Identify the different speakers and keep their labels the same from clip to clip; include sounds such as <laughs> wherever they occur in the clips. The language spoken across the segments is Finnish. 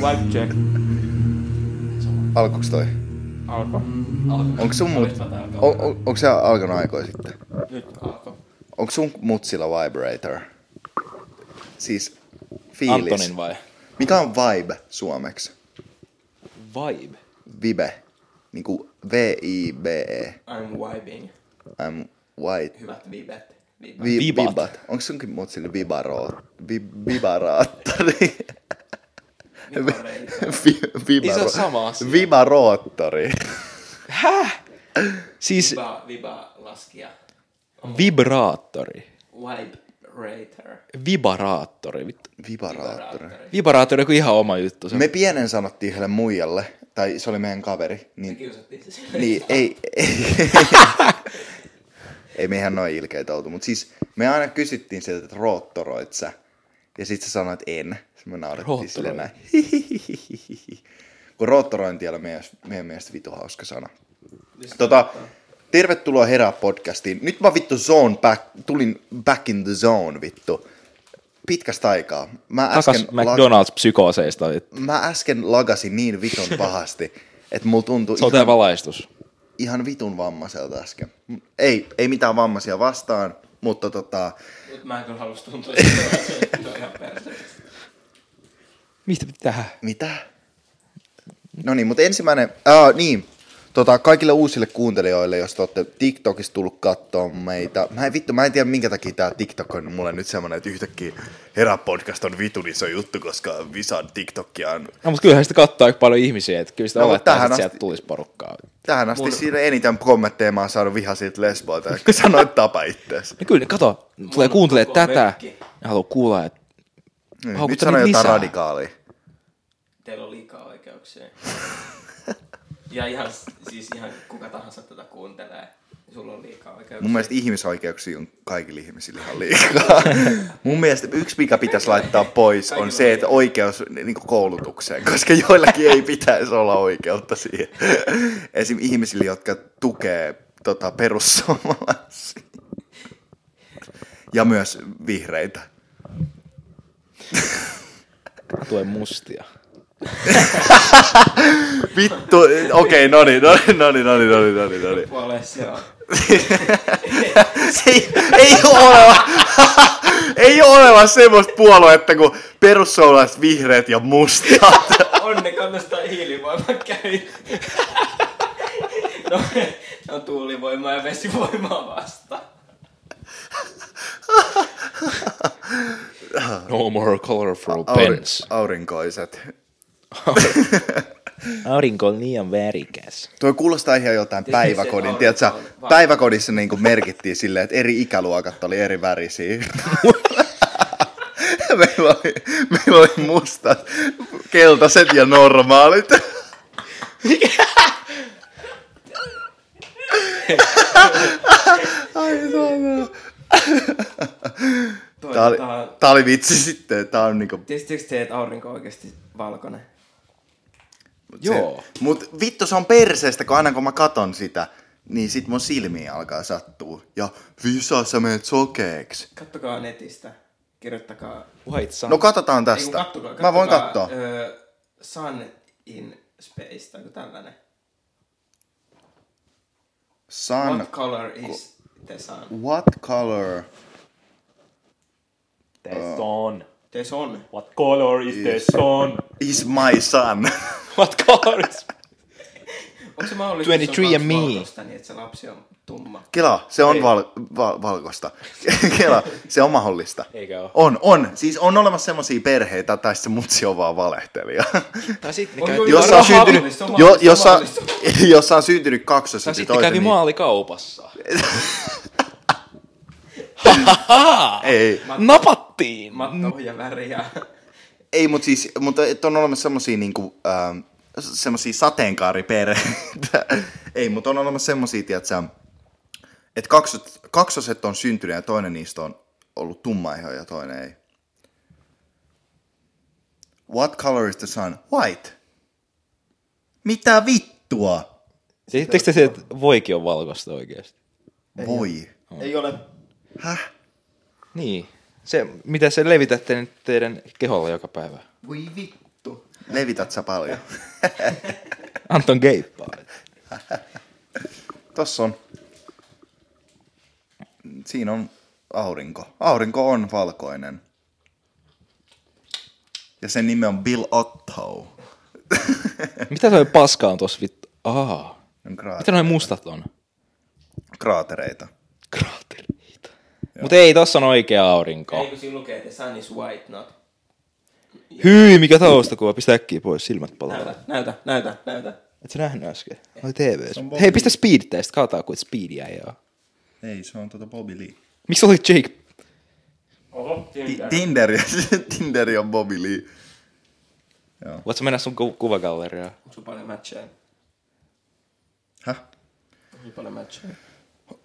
Speaker 1: Wipe check.
Speaker 2: Alkuks toi?
Speaker 1: Alko.
Speaker 2: Onko sun mut... On, on, onko se alkanut aikoja sitten?
Speaker 1: Nyt alko.
Speaker 2: Onko sun mutsilla vibrator? Siis fiilis.
Speaker 3: Antonin vai?
Speaker 2: Mikä on vibe suomeksi?
Speaker 3: Vibe.
Speaker 2: Vibe. Niinku V-I-B-E.
Speaker 4: I'm vibing.
Speaker 2: I'm white.
Speaker 4: Hyvät vibet. Vibet.
Speaker 2: Vi-
Speaker 3: Vibat.
Speaker 2: vibat. Onko sunkin mutsilla vibaro... Vi- vibaraattori?
Speaker 4: Vibareita.
Speaker 2: Vi- vibaro-
Speaker 3: Ei se oo sama asia.
Speaker 2: Vibaroottori.
Speaker 3: Siis
Speaker 4: Viba, viba laskija.
Speaker 3: vibraattori.
Speaker 4: Vibrator.
Speaker 3: Vibaraattori. Vittu.
Speaker 2: Vibaraattori.
Speaker 3: Vibaraattori on joku ihan oma juttu. Se on
Speaker 2: Me pienen sanottiin yhdelle muijalle, tai se oli meidän kaveri,
Speaker 4: Me
Speaker 2: niin
Speaker 4: kiusattiin se.
Speaker 3: <laughs>
Speaker 2: Niin, ei, ei. <laughs> ei mehän noin ilkeitä oltu, mutta siis me aina kysyttiin sieltä, että roottoroit sä? Ja sit sä sanoit, että en. Sitten me naurettiin
Speaker 3: Roottoroit.
Speaker 2: silleen näin. Hihihihihi. <laughs> Kun roottorointi oli meidän, meidän mielestä vitu hauska sana. Tota, tervetuloa Herää podcastiin. Nyt mä vittu zone back, tulin back in the zone vittu. Pitkästä aikaa. Mä äsken,
Speaker 3: Takas
Speaker 2: la-
Speaker 3: McDonald's-psykooseista. vittu.
Speaker 2: mä äsken lagasin niin vitun pahasti, että mulla tuntui
Speaker 3: Se on tää valaistus.
Speaker 2: ihan vitun vammaiselta äsken. M- Ei, ei mitään vammaisia vastaan, mutta tota,
Speaker 4: Mut mä en kyllä halus
Speaker 3: <laughs>
Speaker 4: tuntua, että se on ihan perseestä.
Speaker 3: Mistä pitää?
Speaker 2: mitä? No niin, mutta ensimmäinen, aa, niin, tota, kaikille uusille kuuntelijoille, jos te olette TikTokissa tullut katsoa meitä. Mä en vittu, mä en tiedä minkä takia tää TikTok on mulle nyt semmonen, että yhtäkkiä Herä podcast on vitun iso juttu, koska Visan TikTokia on
Speaker 3: No mut kyllähän sitä kattaa aika paljon ihmisiä, että kyllä sitä
Speaker 2: No,
Speaker 3: no,
Speaker 2: mut
Speaker 3: olettaa,
Speaker 2: tähän
Speaker 3: että
Speaker 2: asti-
Speaker 3: sieltä tulisi porukkaa.
Speaker 2: Tähän asti Mun... siinä eniten kommentteja mä oon saanut vihasit lesboilta, kun sanoit tapa ittees.
Speaker 3: No kyllä, ne kato, tulee
Speaker 4: on
Speaker 3: kuuntelee
Speaker 4: koko
Speaker 3: tätä
Speaker 4: mökki.
Speaker 3: ja haluaa kuulla, että
Speaker 2: Niin,
Speaker 3: Haukuttaa
Speaker 2: nyt sano
Speaker 3: niitä
Speaker 2: jotain
Speaker 3: lisää.
Speaker 2: radikaalia.
Speaker 4: Teillä on liikaa oikeuksia. Ja ihan, siis ihan kuka tahansa tätä kuuntelee. Sulla on liikaa oikeuksia.
Speaker 2: Mun mielestä ihmisoikeuksia on kaikilla ihmisillä ihan liikaa. Mun mielestä yksi, mikä pitäisi laittaa pois, on
Speaker 4: Kaikilla
Speaker 2: se, että oikeus niin koulutukseen, koska joillakin ei pitäisi olla oikeutta siihen. Esim. ihmisillä, jotka tukee tota, perussuomalaisia. Ja myös vihreitä.
Speaker 3: mä tuen mustia.
Speaker 2: Vittu, okei, okay, no niin, no niin, no niin, no niin, no niin, no niin, no niin.
Speaker 4: Puoleen se on.
Speaker 2: Se ei, ei ole <laughs> oleva, ei ole oleva semmoista puoluetta kuin perussuomalaiset, vihreät ja mustat.
Speaker 4: Onne kannattaa hiilivoiman käy. No, no tuulivoimaa ja vesivoimaa vastaan.
Speaker 3: No more colorful
Speaker 2: Aurin,
Speaker 3: pens.
Speaker 2: aurinkoiset.
Speaker 3: Aurinko on liian värikäs.
Speaker 2: Tuo kuulostaa ihan jotain
Speaker 4: Tietysti se
Speaker 2: päiväkodin.
Speaker 4: Siis aurinko
Speaker 2: Tiedätkö,
Speaker 4: on valo.
Speaker 2: päiväkodissa niin kuin merkittiin silleen, että eri ikäluokat oli eri
Speaker 4: <laughs>
Speaker 2: värisiä. meillä, oli, meillä oli mustat, keltaiset ja normaalit. Ai saatana. Tää oli,
Speaker 4: Toivotaan.
Speaker 2: tää oli vitsi sitten. Tää on niinku
Speaker 4: Tiesittekö te, että aurinko on oikeasti valkoinen?
Speaker 3: Joo.
Speaker 2: Se, mut vittu se on perseestä, kun aina kun mä katon sitä, niin sit mun silmiin alkaa sattua. Ja Visa, sä menet sokeeks.
Speaker 4: Kattokaa netistä. Kirjoittakaa.
Speaker 3: White sun.
Speaker 2: No katsotaan
Speaker 4: Ei, kun
Speaker 2: tästä.
Speaker 4: kattokaa,
Speaker 2: mä voin
Speaker 4: kattokaa,
Speaker 2: katsoa.
Speaker 4: Ö, sun in space tai joku tällainen.
Speaker 2: Sun,
Speaker 4: What color is the sun?
Speaker 2: what color
Speaker 3: The sun.
Speaker 4: The sun.
Speaker 3: What color is the sun?
Speaker 2: is my sun? <laughs>
Speaker 3: What color is...
Speaker 4: Onko se mahdollista, että se on
Speaker 3: 23
Speaker 4: kaksi
Speaker 3: and me.
Speaker 4: valkoista, niin että se lapsi on tumma?
Speaker 2: Kela, se on val, val, valkoista. <laughs> Kela, se on mahdollista.
Speaker 3: Eikä oo.
Speaker 2: On, on. Siis on olemassa semmosia perheitä, tai sit se mutsi on vaan valehtelija.
Speaker 3: Tai sitten ne
Speaker 4: Oi,
Speaker 3: kävi,
Speaker 4: oi,
Speaker 2: jos
Speaker 4: on
Speaker 2: sä on
Speaker 4: mahdollista,
Speaker 2: syntynyt,
Speaker 4: on
Speaker 2: jo,
Speaker 4: mahdollista,
Speaker 2: jos,
Speaker 4: on
Speaker 2: sä,
Speaker 4: mahdollista.
Speaker 2: <laughs> jos sä on syntynyt kaksos,
Speaker 3: tai
Speaker 2: ja sit
Speaker 3: sitten kävi
Speaker 2: toisen, niin
Speaker 3: maalikaupassa.
Speaker 2: ei.
Speaker 3: Napattiin!
Speaker 4: Mattoja väriä.
Speaker 2: Ei, mutta siis, mutta et on olemassa semmosia niinku, ähm, semmosia sateenkaariperheitä. <laughs> Ei, mutta on olemassa semmosia, tiiätsä, että kaksos, kaksoset on syntynyt ja toinen niistä on ollut tumma iho ja toinen ei. What color is the sun? White. Mitä vittua?
Speaker 3: Tiedättekö te se, että voikin on valkoista oikeasti?
Speaker 2: Voi.
Speaker 4: Ei ole.
Speaker 2: Häh?
Speaker 3: Niin. Se, mitä se levitätte nyt teidän keholla joka päivä?
Speaker 4: Voi vittu.
Speaker 2: Levität sä paljon.
Speaker 3: Anton geippaa.
Speaker 2: Tossa on. Siinä on aurinko. Aurinko on valkoinen. Ja sen nimi on Bill Otto.
Speaker 3: Mitä toi paska on tossa vittu? Aa.
Speaker 2: On
Speaker 3: Mitä
Speaker 2: kraat-
Speaker 3: noin mustat on?
Speaker 2: kraatereita.
Speaker 3: Kraatteriita. Mut ei, tossa on oikea aurinko.
Speaker 4: Eikö siinä lukee, että the sun is white, not...
Speaker 3: Hyi, mikä taustakuva. Pistä äkkiä pois, silmät palaa.
Speaker 4: Näytä, näytä, näytä, näytä.
Speaker 3: Et sä nähnyt äsken? Oli TV.
Speaker 2: on Bobby.
Speaker 3: Hei, pistä speed test. Kaataa kuin speedia ei oo.
Speaker 2: Ei, se on tuota Bobby Lee.
Speaker 3: Miksi oli Jake?
Speaker 4: Oho,
Speaker 2: Ti- Tinder, <laughs> Tinder on Bobby Lee.
Speaker 3: Voit sä mennä sun ku- kuvagalleriaan?
Speaker 4: Sun paljon matcheja.
Speaker 2: Häh?
Speaker 4: Sun paljon matcheja.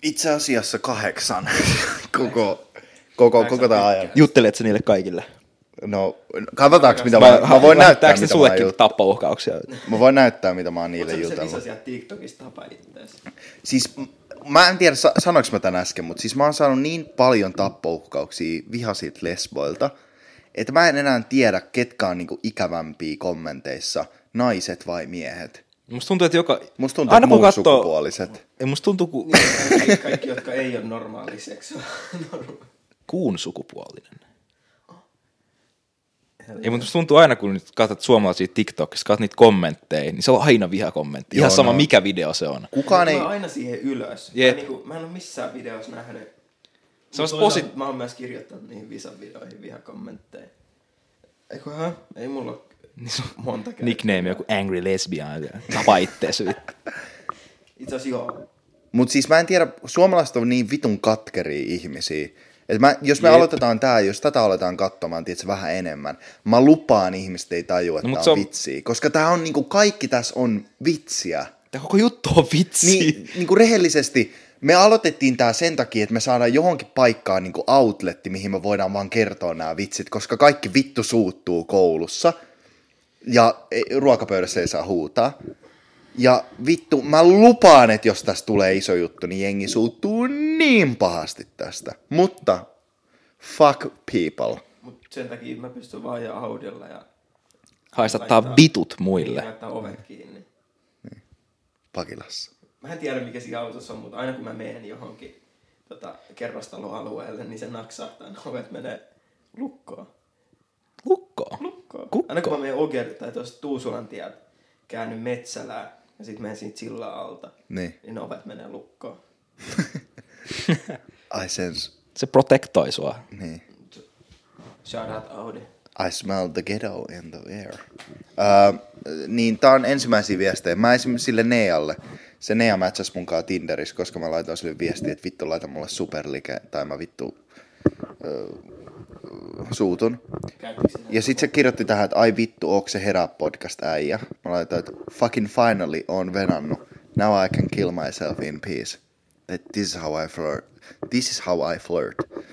Speaker 2: Itse asiassa kahdeksan. <laughs> koko, koko, koko tämä ajan.
Speaker 3: Juttelet sä niille kaikille?
Speaker 2: No, katsotaanko mitä mä, mä voin näyttää,
Speaker 3: lähettääks ne
Speaker 2: mitä mä, oon
Speaker 3: sullekin
Speaker 2: jut-
Speaker 3: tappouhkauksia?
Speaker 2: mä voin näyttää, mitä mä oon niille
Speaker 4: Oletko se
Speaker 2: jutellut.
Speaker 4: Lisa sieltä TikTokista tapa ittees?
Speaker 2: Siis m- mä en tiedä, sa- sanoinko mä tän äsken, mutta siis mä oon saanut niin paljon tappouhkauksia vihasit lesboilta, että mä en enää tiedä, ketkä on niinku ikävämpiä kommenteissa, naiset vai miehet.
Speaker 3: Musta tuntuu, että joka...
Speaker 2: Musta tuntuu, että muun sukupuoliset.
Speaker 3: Ei, musta tuntuu, ku...
Speaker 4: Kaikki- Kaikki, jotka ei ole normaali seksua.
Speaker 3: kuun sukupuolinen. Ei, mutta musta tuntuu aina, kun nyt katsot suomalaisia TikTokissa, katsot niitä kommentteja, niin se on aina vihakommentti. Ihan
Speaker 2: Joo,
Speaker 3: sama,
Speaker 2: no.
Speaker 3: mikä video se on.
Speaker 2: Kukaan ei...
Speaker 4: Mä oon aina siihen ylös.
Speaker 3: Jep.
Speaker 4: Jep. Mä, niinku, mä en ole missään videossa nähnyt.
Speaker 3: Se on
Speaker 4: Mut
Speaker 3: posi-
Speaker 4: toisaalta Mä oon myös kirjoittanut niihin visan videoihin vihakommentteja. Eikö hä? Ei mulla ole monta kertaa.
Speaker 3: Niin Nickname joku Angry Lesbian. Tapa ittees, vittu.
Speaker 4: Itse asiassa joo.
Speaker 2: Mutta siis mä en tiedä, suomalaiset on niin vitun katkeria ihmisiä. Et mä, jos me
Speaker 3: Jep.
Speaker 2: Jep. aloitetaan tää, jos tätä aletaan katsomaan, tiedätkö, vähän enemmän, mä lupaan ihmiset ei tajua, että
Speaker 3: mut
Speaker 2: no,
Speaker 3: se
Speaker 2: tää
Speaker 3: on-
Speaker 2: on vitsiä. Koska tää on niinku, kaikki tässä on vitsiä.
Speaker 3: Tämä koko juttu on vitsi.
Speaker 2: Niin, niinku rehellisesti, me aloitettiin tää sen takia, että me saadaan johonkin paikkaan niinku outletti, mihin me voidaan vaan kertoa nämä vitsit, koska kaikki vittu suuttuu koulussa ja ei- ruokapöydässä ei saa huutaa. Ja vittu, mä lupaan, että jos tästä tulee iso juttu, niin jengi suuttuu niin pahasti tästä. Mutta fuck people.
Speaker 4: Mut sen takia mä pystyn vaan ajaa Audilla ja
Speaker 3: Haistattaa vitut muille.
Speaker 4: Niin, laittaa ovet kiinni.
Speaker 2: Pakilassa.
Speaker 4: Mä en tiedä mikä siinä autossa on, mutta aina kun mä menen johonkin tota, kerrostaloalueelle, niin se naksahtaa, ne ovet menee lukkoon.
Speaker 3: Lukko.
Speaker 4: Lukkoon.
Speaker 3: Kukko.
Speaker 4: Aina kun mä menen Oger tai tuosta Tuusulan tieltä, käänny metsälään ja sitten menen siitä sillan alta,
Speaker 2: Niin.
Speaker 4: niin ne ovet menee lukkoon.
Speaker 2: I sense.
Speaker 3: Se protektoi sua.
Speaker 2: Niin.
Speaker 4: Shout out Audi.
Speaker 2: I smell the ghetto in the air. Uh, niin tää on ensimmäisiä viestejä. Mä esimerkiksi sille Nealle. Se Nea matchas munkaan Tinderissä, koska mä laitoin sille viestiä, että vittu laita mulle superlike, tai mä vittu uh, suutun.
Speaker 4: Käytkö sinä?
Speaker 2: Ja sit se kirjoitti tähän, että ai vittu, onko se herää podcast äijä? Mä laitoin, että fucking finally on venannut. Now I can kill myself in peace. That this is how I flirt. This is how I flirt.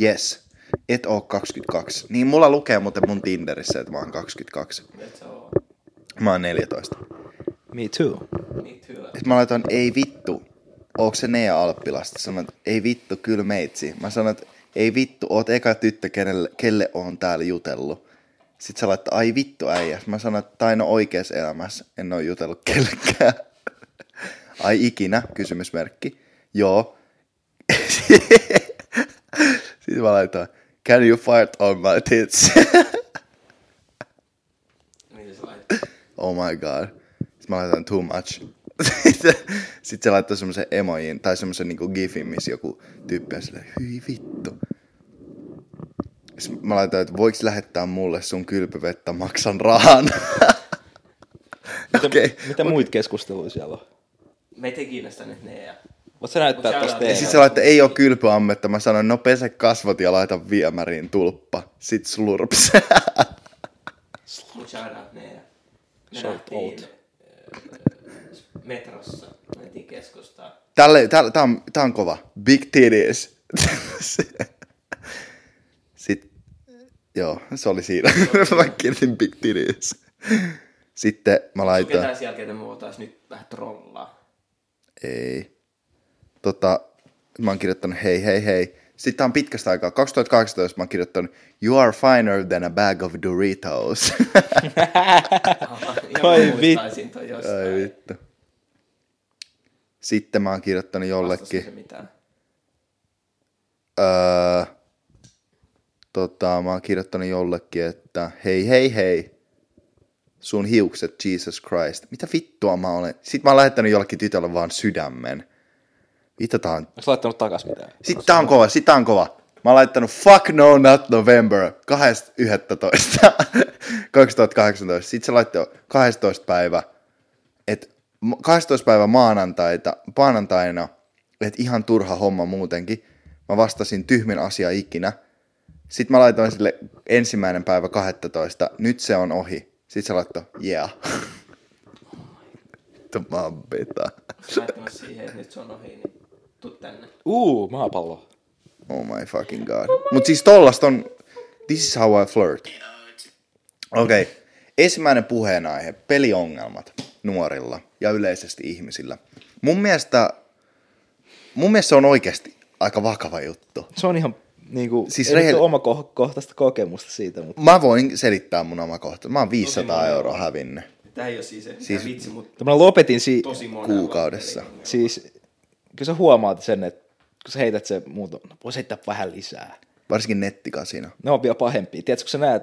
Speaker 2: Yes, et oo 22. Niin mulla lukee muuten mun Tinderissä, että mä oon 22.
Speaker 4: Et sä oo.
Speaker 2: Mä oon 14.
Speaker 3: Me too.
Speaker 4: Niitä hyvä.
Speaker 2: Sitten mä laitoin, ei vittu, onko se Nea Alppilasta? Sanoin, että ei vittu, kyllä meitsi. Mä sanoin, että ei vittu, oot eka tyttö, kenelle, kelle on täällä jutellut. Sitten sä laittaa, ai vittu äijä. Mä sanoin, että taino oikeassa elämässä, en oo jutellut kellekään. <laughs> Ai ikinä, kysymysmerkki. Joo. <laughs> Sitten mä laitoin, can you fart on my tits? <laughs>
Speaker 4: Niin se laittaa.
Speaker 2: oh my god. Sitten mä laitan too much. <laughs> Sitten se laittoi semmoisen emojin tai semmoisen niinku gifin, missä joku tyyppi on silleen, hyi vittu. Sitten mä laitan, että voiks lähettää mulle sun kylpyvettä, maksan rahan. <laughs>
Speaker 3: Mitä,
Speaker 2: Okei.
Speaker 3: okay. mitä muita keskusteluja siellä on?
Speaker 4: Me ei teki näistä nyt ne ja...
Speaker 3: Voit sä näyttää
Speaker 4: Mut
Speaker 3: tosta
Speaker 4: siellä-
Speaker 2: Ja
Speaker 3: teemää?
Speaker 2: sit se laittoi, ei oo kylpyammetta. Mä sanoin, no pese kasvot ja laita viemäriin tulppa. Sit slurps. <laughs>
Speaker 4: Mut shout out ne ja... Me
Speaker 3: Shout
Speaker 4: nähtiin
Speaker 3: out.
Speaker 4: öö, metrossa. Me mentiin keskustaan.
Speaker 2: Tälle, tälle, tää, on, tää on kova. Big titties. <laughs> Sitten, joo, se oli siinä. <laughs> mä kirjoitin big titties. Sitten mä
Speaker 4: Laitaa.
Speaker 2: laitan,
Speaker 4: Ketään siellä, ketä me voitaisiin nyt vähän
Speaker 3: <laughs>
Speaker 4: trollaa.
Speaker 2: ei. Tota, mä oon kirjoittanut hei, hei, hei. Sitten tää on pitkästä aikaa. 2018 mä oon kirjoittanut You are finer than a bag of Doritos. <laughs>
Speaker 3: Ai
Speaker 4: Ai
Speaker 3: vittu.
Speaker 4: vittu.
Speaker 2: Ai vittu. Sitten mä oon kirjoittanut jollekin. Öö, tota, mä oon kirjoittanut jollekin, että hei hei hei, sun hiukset, Jesus Christ. Mitä vittua mä olen? Sitten mä oon lähettänyt jollekin tytölle vaan sydämen. Vittu tää on...
Speaker 3: Onko laittanut takas mitään?
Speaker 2: Sitten tää on kova, sit tää on kova. Mä oon laittanut fuck no not November <laughs> 2.11. 2018. Sitten se laittoi 12 päivä. Et m- 12 päivä maanantaita, maanantaina, että ihan turha homma muutenkin. Mä vastasin tyhmin asia ikinä. Sitten mä laitoin sille ensimmäinen päivä 12. Nyt se on ohi. Sitten se laittoi, yeah. <laughs> Vittu, mä oon beta.
Speaker 4: Laittamassa siihen, että nyt se on ohi, niin tuu tänne.
Speaker 3: Uu, maapallo.
Speaker 2: Oh my fucking god. Mut siis tollasta on, this is how I flirt. Okei, okay. ensimmäinen puheenaihe, peliongelmat nuorilla ja yleisesti ihmisillä. Mun mielestä, mun mielestä se on oikeasti aika vakava juttu.
Speaker 3: Se on ihan niinku,
Speaker 2: Siis
Speaker 3: siis ei
Speaker 2: rehell-
Speaker 3: rehell... oma kohtaista kokemusta siitä, mutta
Speaker 2: Mä voin selittää mun oma kohta. Mä oon 500 euroa hävinnyt
Speaker 4: Tää ei oo siis se
Speaker 2: Siis-
Speaker 4: siis... vitsi, mutta
Speaker 3: mä lopetin si-
Speaker 4: tosi monella.
Speaker 2: kuukaudessa.
Speaker 3: siis, kyllä sä huomaat sen, että kun sä heität se muuta, no vois heittää vähän lisää.
Speaker 2: Varsinkin nettikasina.
Speaker 3: Ne on vielä pahempia. Tiedätkö, kun sä näet,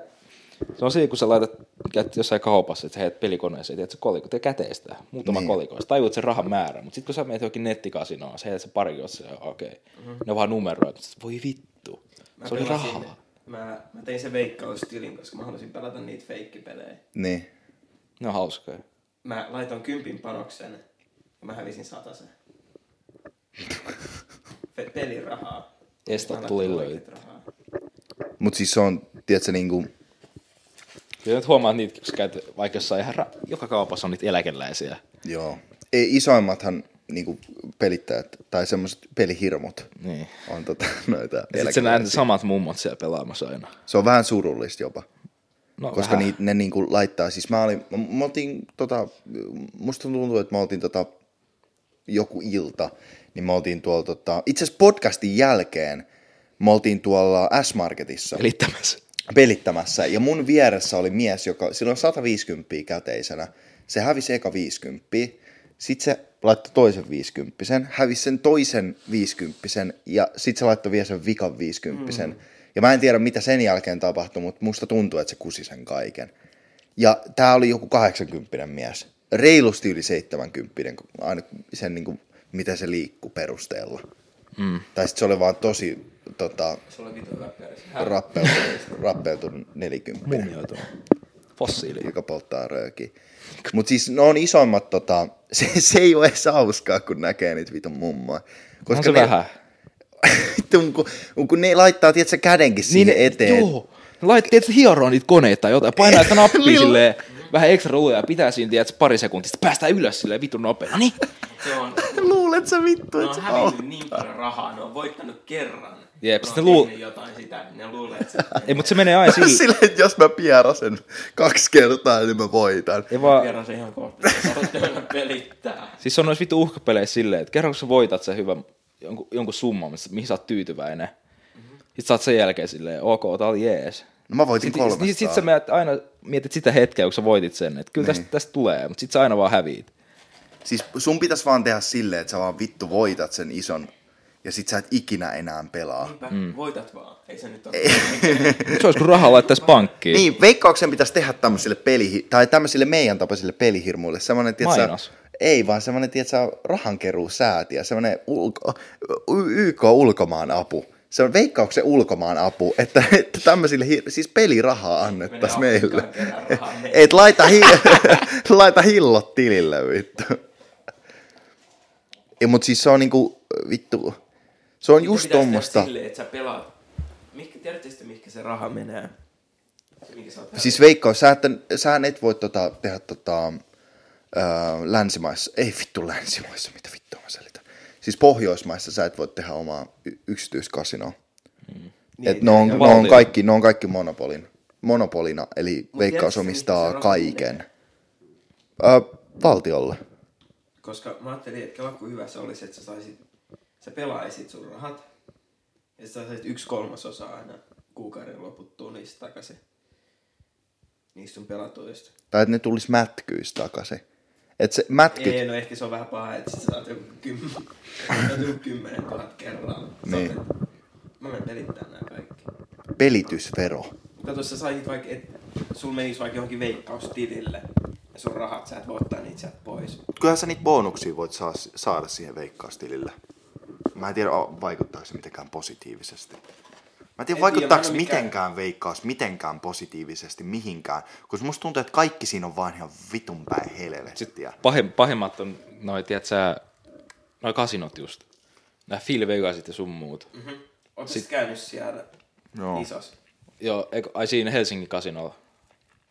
Speaker 3: se on siinä, kun sä laitat käyt jossain kaupassa, että sä heität pelikoneeseen, tiedätkö, kolikot ja käteistä, muutama
Speaker 2: Niin.
Speaker 3: niin. kolikko, sä tajuut sen rahan määrän, mutta sitten kun sä menet johonkin nettikasinoon, sä heität sen pari jossain, ja okei, okay. mm-hmm. ne on vaan numeroit, Sit voi vittu,
Speaker 4: Mä
Speaker 3: se oli
Speaker 4: pelasin-
Speaker 3: rahaa.
Speaker 4: Mä, mä tein sen veikkaustilin, koska mä halusin pelata niitä feikkipelejä.
Speaker 2: Niin.
Speaker 3: Ne on hauskoja.
Speaker 4: Mä laitoin kympin panoksen ja mä hävisin satasen. Pe- pelirahaa.
Speaker 3: Estä
Speaker 4: Mä laitoin
Speaker 3: tuli
Speaker 4: oikeet
Speaker 3: löyt.
Speaker 4: rahaa.
Speaker 2: Mut siis se on, tiedätkö, niinku,
Speaker 3: Kyllä nyt huomaat niitä, kun sä käyt vaikka jossain ihan ra- joka kaupassa on niitä eläkeläisiä.
Speaker 2: joo. Ei, isoimmathan niinku pelittäjät tai semmoset pelihirmot
Speaker 3: Niin.
Speaker 2: on tota, <laughs> noita
Speaker 3: Sitten sä näet ne samat mummot siellä pelaamassa aina.
Speaker 2: Se on vähän surullista jopa.
Speaker 3: No,
Speaker 2: Koska
Speaker 3: vähän.
Speaker 2: ni, ne niinku laittaa, siis mä olin, mä, mä otin tota, musta tuntuu, että mä otin tota joku ilta, niin mä oltiin tuolla tota, itse asiassa podcastin jälkeen, mä oltiin tuolla S-Marketissa
Speaker 3: pelittämässä.
Speaker 2: pelittämässä, ja mun vieressä oli mies, joka, sillä on 150 käteisenä, se hävisi eka 50, sitten se laittoi toisen 50, hävisi sen toisen 50, ja sitten se laittoi vielä sen vikan 50. Mm. Ja mä en tiedä, mitä sen jälkeen tapahtui, mutta musta tuntuu, että se kusi sen kaiken. Ja tää oli joku 80 mies, reilusti yli 70, kun- aina sen niin kuin, mitä se liikkuu perusteella. Mm. Tai sitten se oli vaan tosi tota,
Speaker 4: Se oli vitun läppärissä.
Speaker 2: rappeutunut, rappeutunut 40,
Speaker 3: Mumioitu. Fossiili.
Speaker 2: joka polttaa röökiä. Mutta siis ne on isommat, tota, se, se ei ole edes hauskaa, kun näkee niitä vitun mummoja. Koska
Speaker 3: On No se
Speaker 2: ne, <laughs>
Speaker 3: vähän.
Speaker 2: Vittu, kun, kun, ne laittaa, tiedätkö, kädenkin siihen
Speaker 3: Niin ne-
Speaker 2: eteen.
Speaker 3: Joo. Ne laittaa, että hieroo niitä koneita tai jotain, painaa sitä nappia
Speaker 2: Niin.
Speaker 3: silleen, vähän ekstra lujaa ja pitää siinä, tiedätkö, pari sekuntia, sitten päästään ylös silleen vitun nopea. No niin,
Speaker 4: Se on,
Speaker 2: Luulet sä vittu,
Speaker 4: ne on
Speaker 2: että se
Speaker 4: hävinnyt niin paljon rahaa, ne on voittanut kerran.
Speaker 3: Jep,
Speaker 4: ne
Speaker 3: sitten
Speaker 4: on
Speaker 3: luul-
Speaker 4: tehnyt jotain sitä, niin ne luulee, että se
Speaker 3: ei, mutta <laughs> se menee
Speaker 2: <laughs>
Speaker 3: aina sille.
Speaker 2: Silleen, että jos mä pierasen kaksi kertaa, niin mä voitan.
Speaker 3: Ei vaan,
Speaker 4: kerran se ihan kohta. Sä voit mennä pelittää.
Speaker 3: siis se on noissa vittu uhkapeleissä silleen, että kerran kun sä voitat sen hyvän jonkun, jonkun summan, missä- mihin sä oot tyytyväinen, sitten sä oot sen jälkeen silleen, ok, tää oli jees.
Speaker 2: No mä voitin
Speaker 3: Sitten
Speaker 2: kolmesta.
Speaker 3: sit, sit sä menet aina mietit sitä hetkeä, kun sä voitit sen, että kyllä tästä, tästä tulee, mutta sit sä aina vaan häviit.
Speaker 2: Siis sun pitäisi vaan tehdä silleen, että sä vaan vittu voitat sen ison, ja sit sä et ikinä enää pelaa.
Speaker 4: Mm. Voitat vaan. Ei se nyt ole.
Speaker 3: Se olisi kun rahaa laittaisi pankkiin.
Speaker 2: Niin, veikkauksen pitäisi tehdä tämmöisille peli, tai tämmöisille meidän tapaisille pelihirmuille. Semmoinen, tietsä,
Speaker 3: Mainos.
Speaker 2: ei vaan semmoinen, tietsä, rahankeruusäätiö, semmoinen ulko, y- YK ulkomaan apu. Se on veikkauksen ulkomaan apu, että, että tämmöisille, hir- siis pelirahaa annettaisiin
Speaker 4: Mene
Speaker 2: meille.
Speaker 4: Afrikkaan kerää rahaa, niin.
Speaker 2: <laughs> Et laita, hi- laita hillot tilille, vittu. Ei, mut siis se on niinku, vittu, se on just
Speaker 4: Niin, Pitäisi tehdä
Speaker 2: tommosta.
Speaker 4: Silleen, että sä pelaat. Mikä, tiedätte sitten, mihinkä se raha menee? Se, minkä sä oot
Speaker 2: Siis Veikko, sä, et, sä et voi tota, tehdä tota, öö, länsimaissa, ei vittu länsimaissa, mitä vittua mä selitän. Siis Pohjoismaissa sä et voi tehdä omaa y- yksityiskasinoa. Mm. Et
Speaker 4: Niin,
Speaker 2: ne, on, ne,
Speaker 3: ja
Speaker 2: on
Speaker 3: valtio.
Speaker 2: kaikki, ne on kaikki monopolin, monopolina, eli
Speaker 4: Mut
Speaker 2: Veikkaus
Speaker 4: tiedätkö, mihin
Speaker 2: omistaa
Speaker 4: se raha
Speaker 2: kaiken. Öö, valtiolle.
Speaker 4: Koska mä ajattelin, että kelakku hyvä se olisi, että sä saisit, sä pelaisit sun rahat, Ja sä saisit yksi kolmasosa aina kuukauden loputtua niistä takaisin. Niistä sun pelatuista.
Speaker 2: Tai että ne tulisi mätkyistä takaisin. Että se mätkyt,
Speaker 4: Ei, no ehkä se on vähän paha, että sit sä saat joku kymmen, saat joku kymmenen tuhat kerralla. Sä
Speaker 2: Niin.
Speaker 4: oot, et, Mä menen pelittää nämä kaikki.
Speaker 2: pelitysvero.
Speaker 4: Mutta tuossa saisit vaikka, että sulla menisi vaikka johonkin veikkaustilille ja sun rahat, sä et voi ottaa niitä sieltä pois.
Speaker 2: Kyllähän sä niitä bonuksia voit saa, saada siihen veikkaustilille. Mä en tiedä, a- vaikuttaako se mitenkään positiivisesti. Mä en tiedä,
Speaker 4: En
Speaker 2: vaikuttaako
Speaker 4: tiedä, mä en oo
Speaker 2: mitenkään veikkaus mitenkään positiivisesti mihinkään. Koska musta tuntuu, että kaikki siinä on vaan ihan vitun päin helvettiä.
Speaker 3: Pahim, pahimmat on noi, tiedätkö, noi kasinot just. Nää Phil Vegasit ja sun muut.
Speaker 4: Mm-hmm. Oletko sit... käynyt siellä
Speaker 2: Joo.
Speaker 4: isos?
Speaker 3: Joo, eikö- ai siinä Helsingin kasinolla.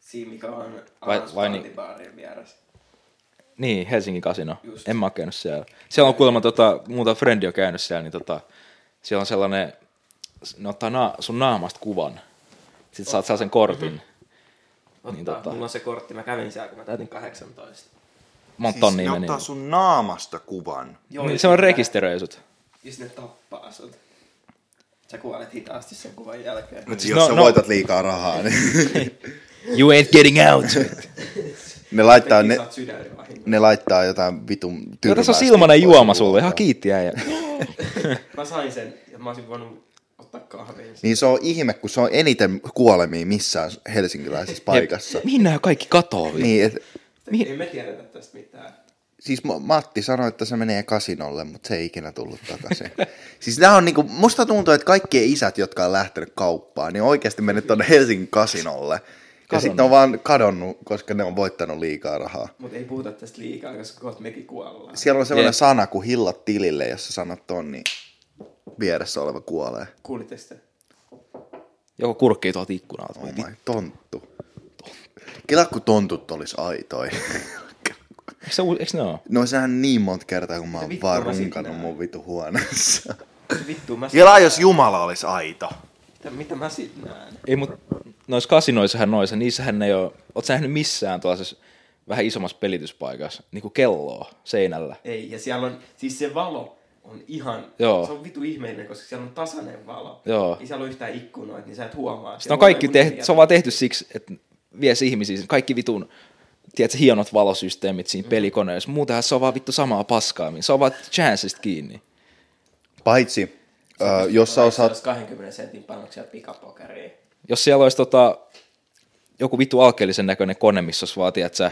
Speaker 4: Siinä, mikä on
Speaker 3: Vai-
Speaker 4: Alas
Speaker 3: vai niin-
Speaker 4: Baarin vieressä.
Speaker 3: Niin, Helsingin kasino.
Speaker 4: Just.
Speaker 3: Just. En mä oo käynyt siellä. Siellä on kuulemma tota, muuta frendi on käynyt siellä, niin tota, siellä on sellainen, ne ottaa na- sun naamasta kuvan. Sitten saat saa sen kortin. Mm-hmm.
Speaker 4: Ottaa.
Speaker 3: Niin
Speaker 4: Niin,
Speaker 3: tota.
Speaker 4: Mulla on se kortti, mä kävin siellä, kun mä täytin 18.
Speaker 3: Monta siis
Speaker 2: Siis
Speaker 3: tonnia
Speaker 2: ne
Speaker 3: meni.
Speaker 2: ottaa sun naamasta kuvan.
Speaker 4: Joo,
Speaker 3: niin,
Speaker 4: ja
Speaker 3: se on
Speaker 4: sit ne-
Speaker 3: rekisteröi sut.
Speaker 4: Ja sit ne tappaa sut. Sä kuolet hitaasti sen kuvan jälkeen.
Speaker 2: Nyt
Speaker 3: jos No, sä no. voitat
Speaker 2: liikaa rahaa,
Speaker 3: <laughs>
Speaker 2: niin
Speaker 3: You ain't getting out.
Speaker 2: ne
Speaker 4: Tää ne... Saat sydänvahingon.
Speaker 2: ne laittaa jotain vitun
Speaker 3: Ja tässä on silmanen juoma sulle. Ihan kiitti äijä.
Speaker 4: Mä sain sen ja mä olisin voinut ottaa kahvin.
Speaker 2: Niin se on ihme, kun se on eniten kuolemia missään helsinkiläisessä paikassa.
Speaker 3: Mihin nää kaikki katoo? Niin.
Speaker 2: niin, et,
Speaker 4: Niin. Ei me tiedetä tästä mitään.
Speaker 2: Siis Ma- Matti sanoi, että se menee kasinolle, mutta se ei ikinä tullut takaisin. <laughs> siis nämä on niinku, musta tuntuu, että kaikkien isät, jotka on lähtenyt kauppaan, niin on oikeasti mennyt tuonne Helsingin kasinolle. Ja
Speaker 3: Kadonnut.
Speaker 2: sitten on vaan kadonnut, koska ne on voittanut liikaa rahaa.
Speaker 4: Mut ei puhuta tästä liikaa, koska kohta mekin kuollaan.
Speaker 2: Siellä on sellainen
Speaker 3: Jep.
Speaker 2: sana kuin hillat tilille, jos sä sanot ton, niin vieressä oleva kuolee.
Speaker 4: Kuulitteko te?
Speaker 3: Joku kurkkii tuolta ikkunalta.
Speaker 2: Oh my, tonttu. Kela, kun tontut olisi <laughs> aitoja.
Speaker 3: Eikö, se, u- eikö ne oo?
Speaker 2: No sehän niin monta kertaa, kun mä
Speaker 4: Mitä
Speaker 2: oon
Speaker 4: vittua mä
Speaker 2: vaan
Speaker 4: sit
Speaker 2: runkannut
Speaker 4: näen?
Speaker 2: mun vitu huoneessa.
Speaker 4: Vittu, mä
Speaker 2: Kela, jos Jumala olisi aito.
Speaker 4: Mitä, mitä mä sit näen?
Speaker 3: Ei, mut noissa kasinoissahan noissa, niissähän ei oo... Oot sä nähnyt missään tuollaisessa vähän isommassa pelityspaikassa, niinku kelloa seinällä.
Speaker 4: Ei, ja siellä on, siis se valo on ihan,
Speaker 3: Joo.
Speaker 4: se on vitu ihmeellinen, koska siellä on tasainen valo.
Speaker 3: Joo.
Speaker 4: Ei siellä ole yhtään ikkunoita, niin sä et huomaa.
Speaker 3: Sitten on kaikki tehty, se on vaan tehty siksi, että vies ihmisiä, sinne. kaikki vitun, tiedätkö, hienot valosysteemit siinä pelikoneessa. Muutenhan se on vaan vittu samaa paskaa, se on vaan chanceista kiinni.
Speaker 2: Paitsi, ö, jos sä osaat...
Speaker 4: 20 sentin panoksia pikapokeriin.
Speaker 3: Jos siellä olisi tota, joku vittu alkeellisen näköinen kone, missä olisi vaan, tiedätkö,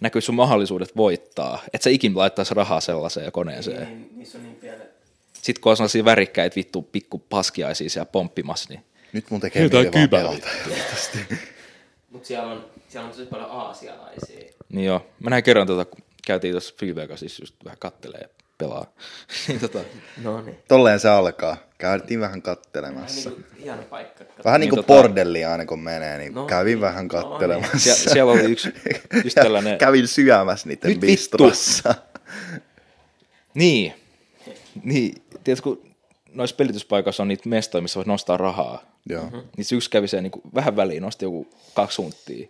Speaker 3: näkyy sun mahdollisuudet voittaa, et sä ikin laittaisi rahaa sellaiseen koneeseen. Mm.
Speaker 4: Niin, niissä on niin pienet.
Speaker 3: Sitten kun on sellaisia värikkäitä vittu pikku paskiaisia siellä pomppimassa, niin
Speaker 2: Nyt mun tekee
Speaker 3: Nyt on
Speaker 2: mieli vaan
Speaker 3: kybä
Speaker 2: pelata.
Speaker 4: Mut siellä on, siellä on tosi paljon aasialaisia.
Speaker 3: Niin joo. Mä näin kerran, tota, kun käytiin tuossa Freebergasissa just vähän kattelee ja pelaa. <laughs> niin tota,
Speaker 4: No niin.
Speaker 2: Tolleen se alkaa. Käytiin vähän kattelemassa.
Speaker 4: Niinku hieno paikka.
Speaker 2: Vähän niin
Speaker 3: Niin
Speaker 2: kuin
Speaker 3: tota-
Speaker 2: bordelli aina kun menee, niin
Speaker 4: No
Speaker 2: kävin
Speaker 4: niin,
Speaker 2: vähän
Speaker 4: no niin.
Speaker 2: kattelemassa.
Speaker 3: sie- siellä oli yksi just
Speaker 2: Ja
Speaker 3: tällainen...
Speaker 2: Kävin syömässä niiden
Speaker 3: Nyt vittu.
Speaker 2: bistrossa.
Speaker 3: Niin. Niin, tiedätkö, kun noissa pelityspaikoissa on niitä mestoja, missä voit nostaa rahaa.
Speaker 2: Joo.
Speaker 3: Niin se yksi kävi se niin vähän väliin, nosti joku kaksi hunttia.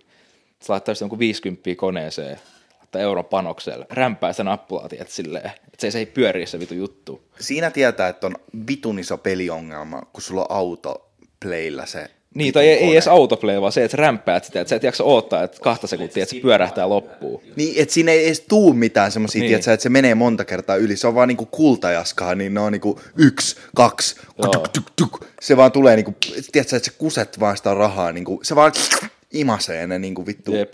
Speaker 3: Se laittaa sitten jonkun 50 koneeseen, laittaa euron panokselle, rämpää sitä nappulaa, tiedät, silleen, että se, se ei pyöri se vitu juttu.
Speaker 2: Siinä tietää, että on vitun iso peliongelma, kun sulla on auto playllä se
Speaker 3: Niin,
Speaker 2: vitun
Speaker 3: tai ei, ei
Speaker 2: kone.
Speaker 3: edes autoplay, vaan se, että sä rämpäät sitä, että sä et jaksa odottaa, että kahta sekuntia, että se pyörähtää loppuun.
Speaker 2: Niin, että siinä ei edes tuu mitään semmoisia,
Speaker 3: Niin.
Speaker 2: niin. että se menee monta kertaa yli. Se on vaan niinku kultajaskaa, niin ne on niinku yksi, kaksi,
Speaker 3: Joo.
Speaker 2: tuk, tuk, tuk. Se vaan tulee niinku, tiedätkö, että se kuset vaan sitä rahaa, niinku, se vaan imasee ne niinku vittu.
Speaker 3: Jep.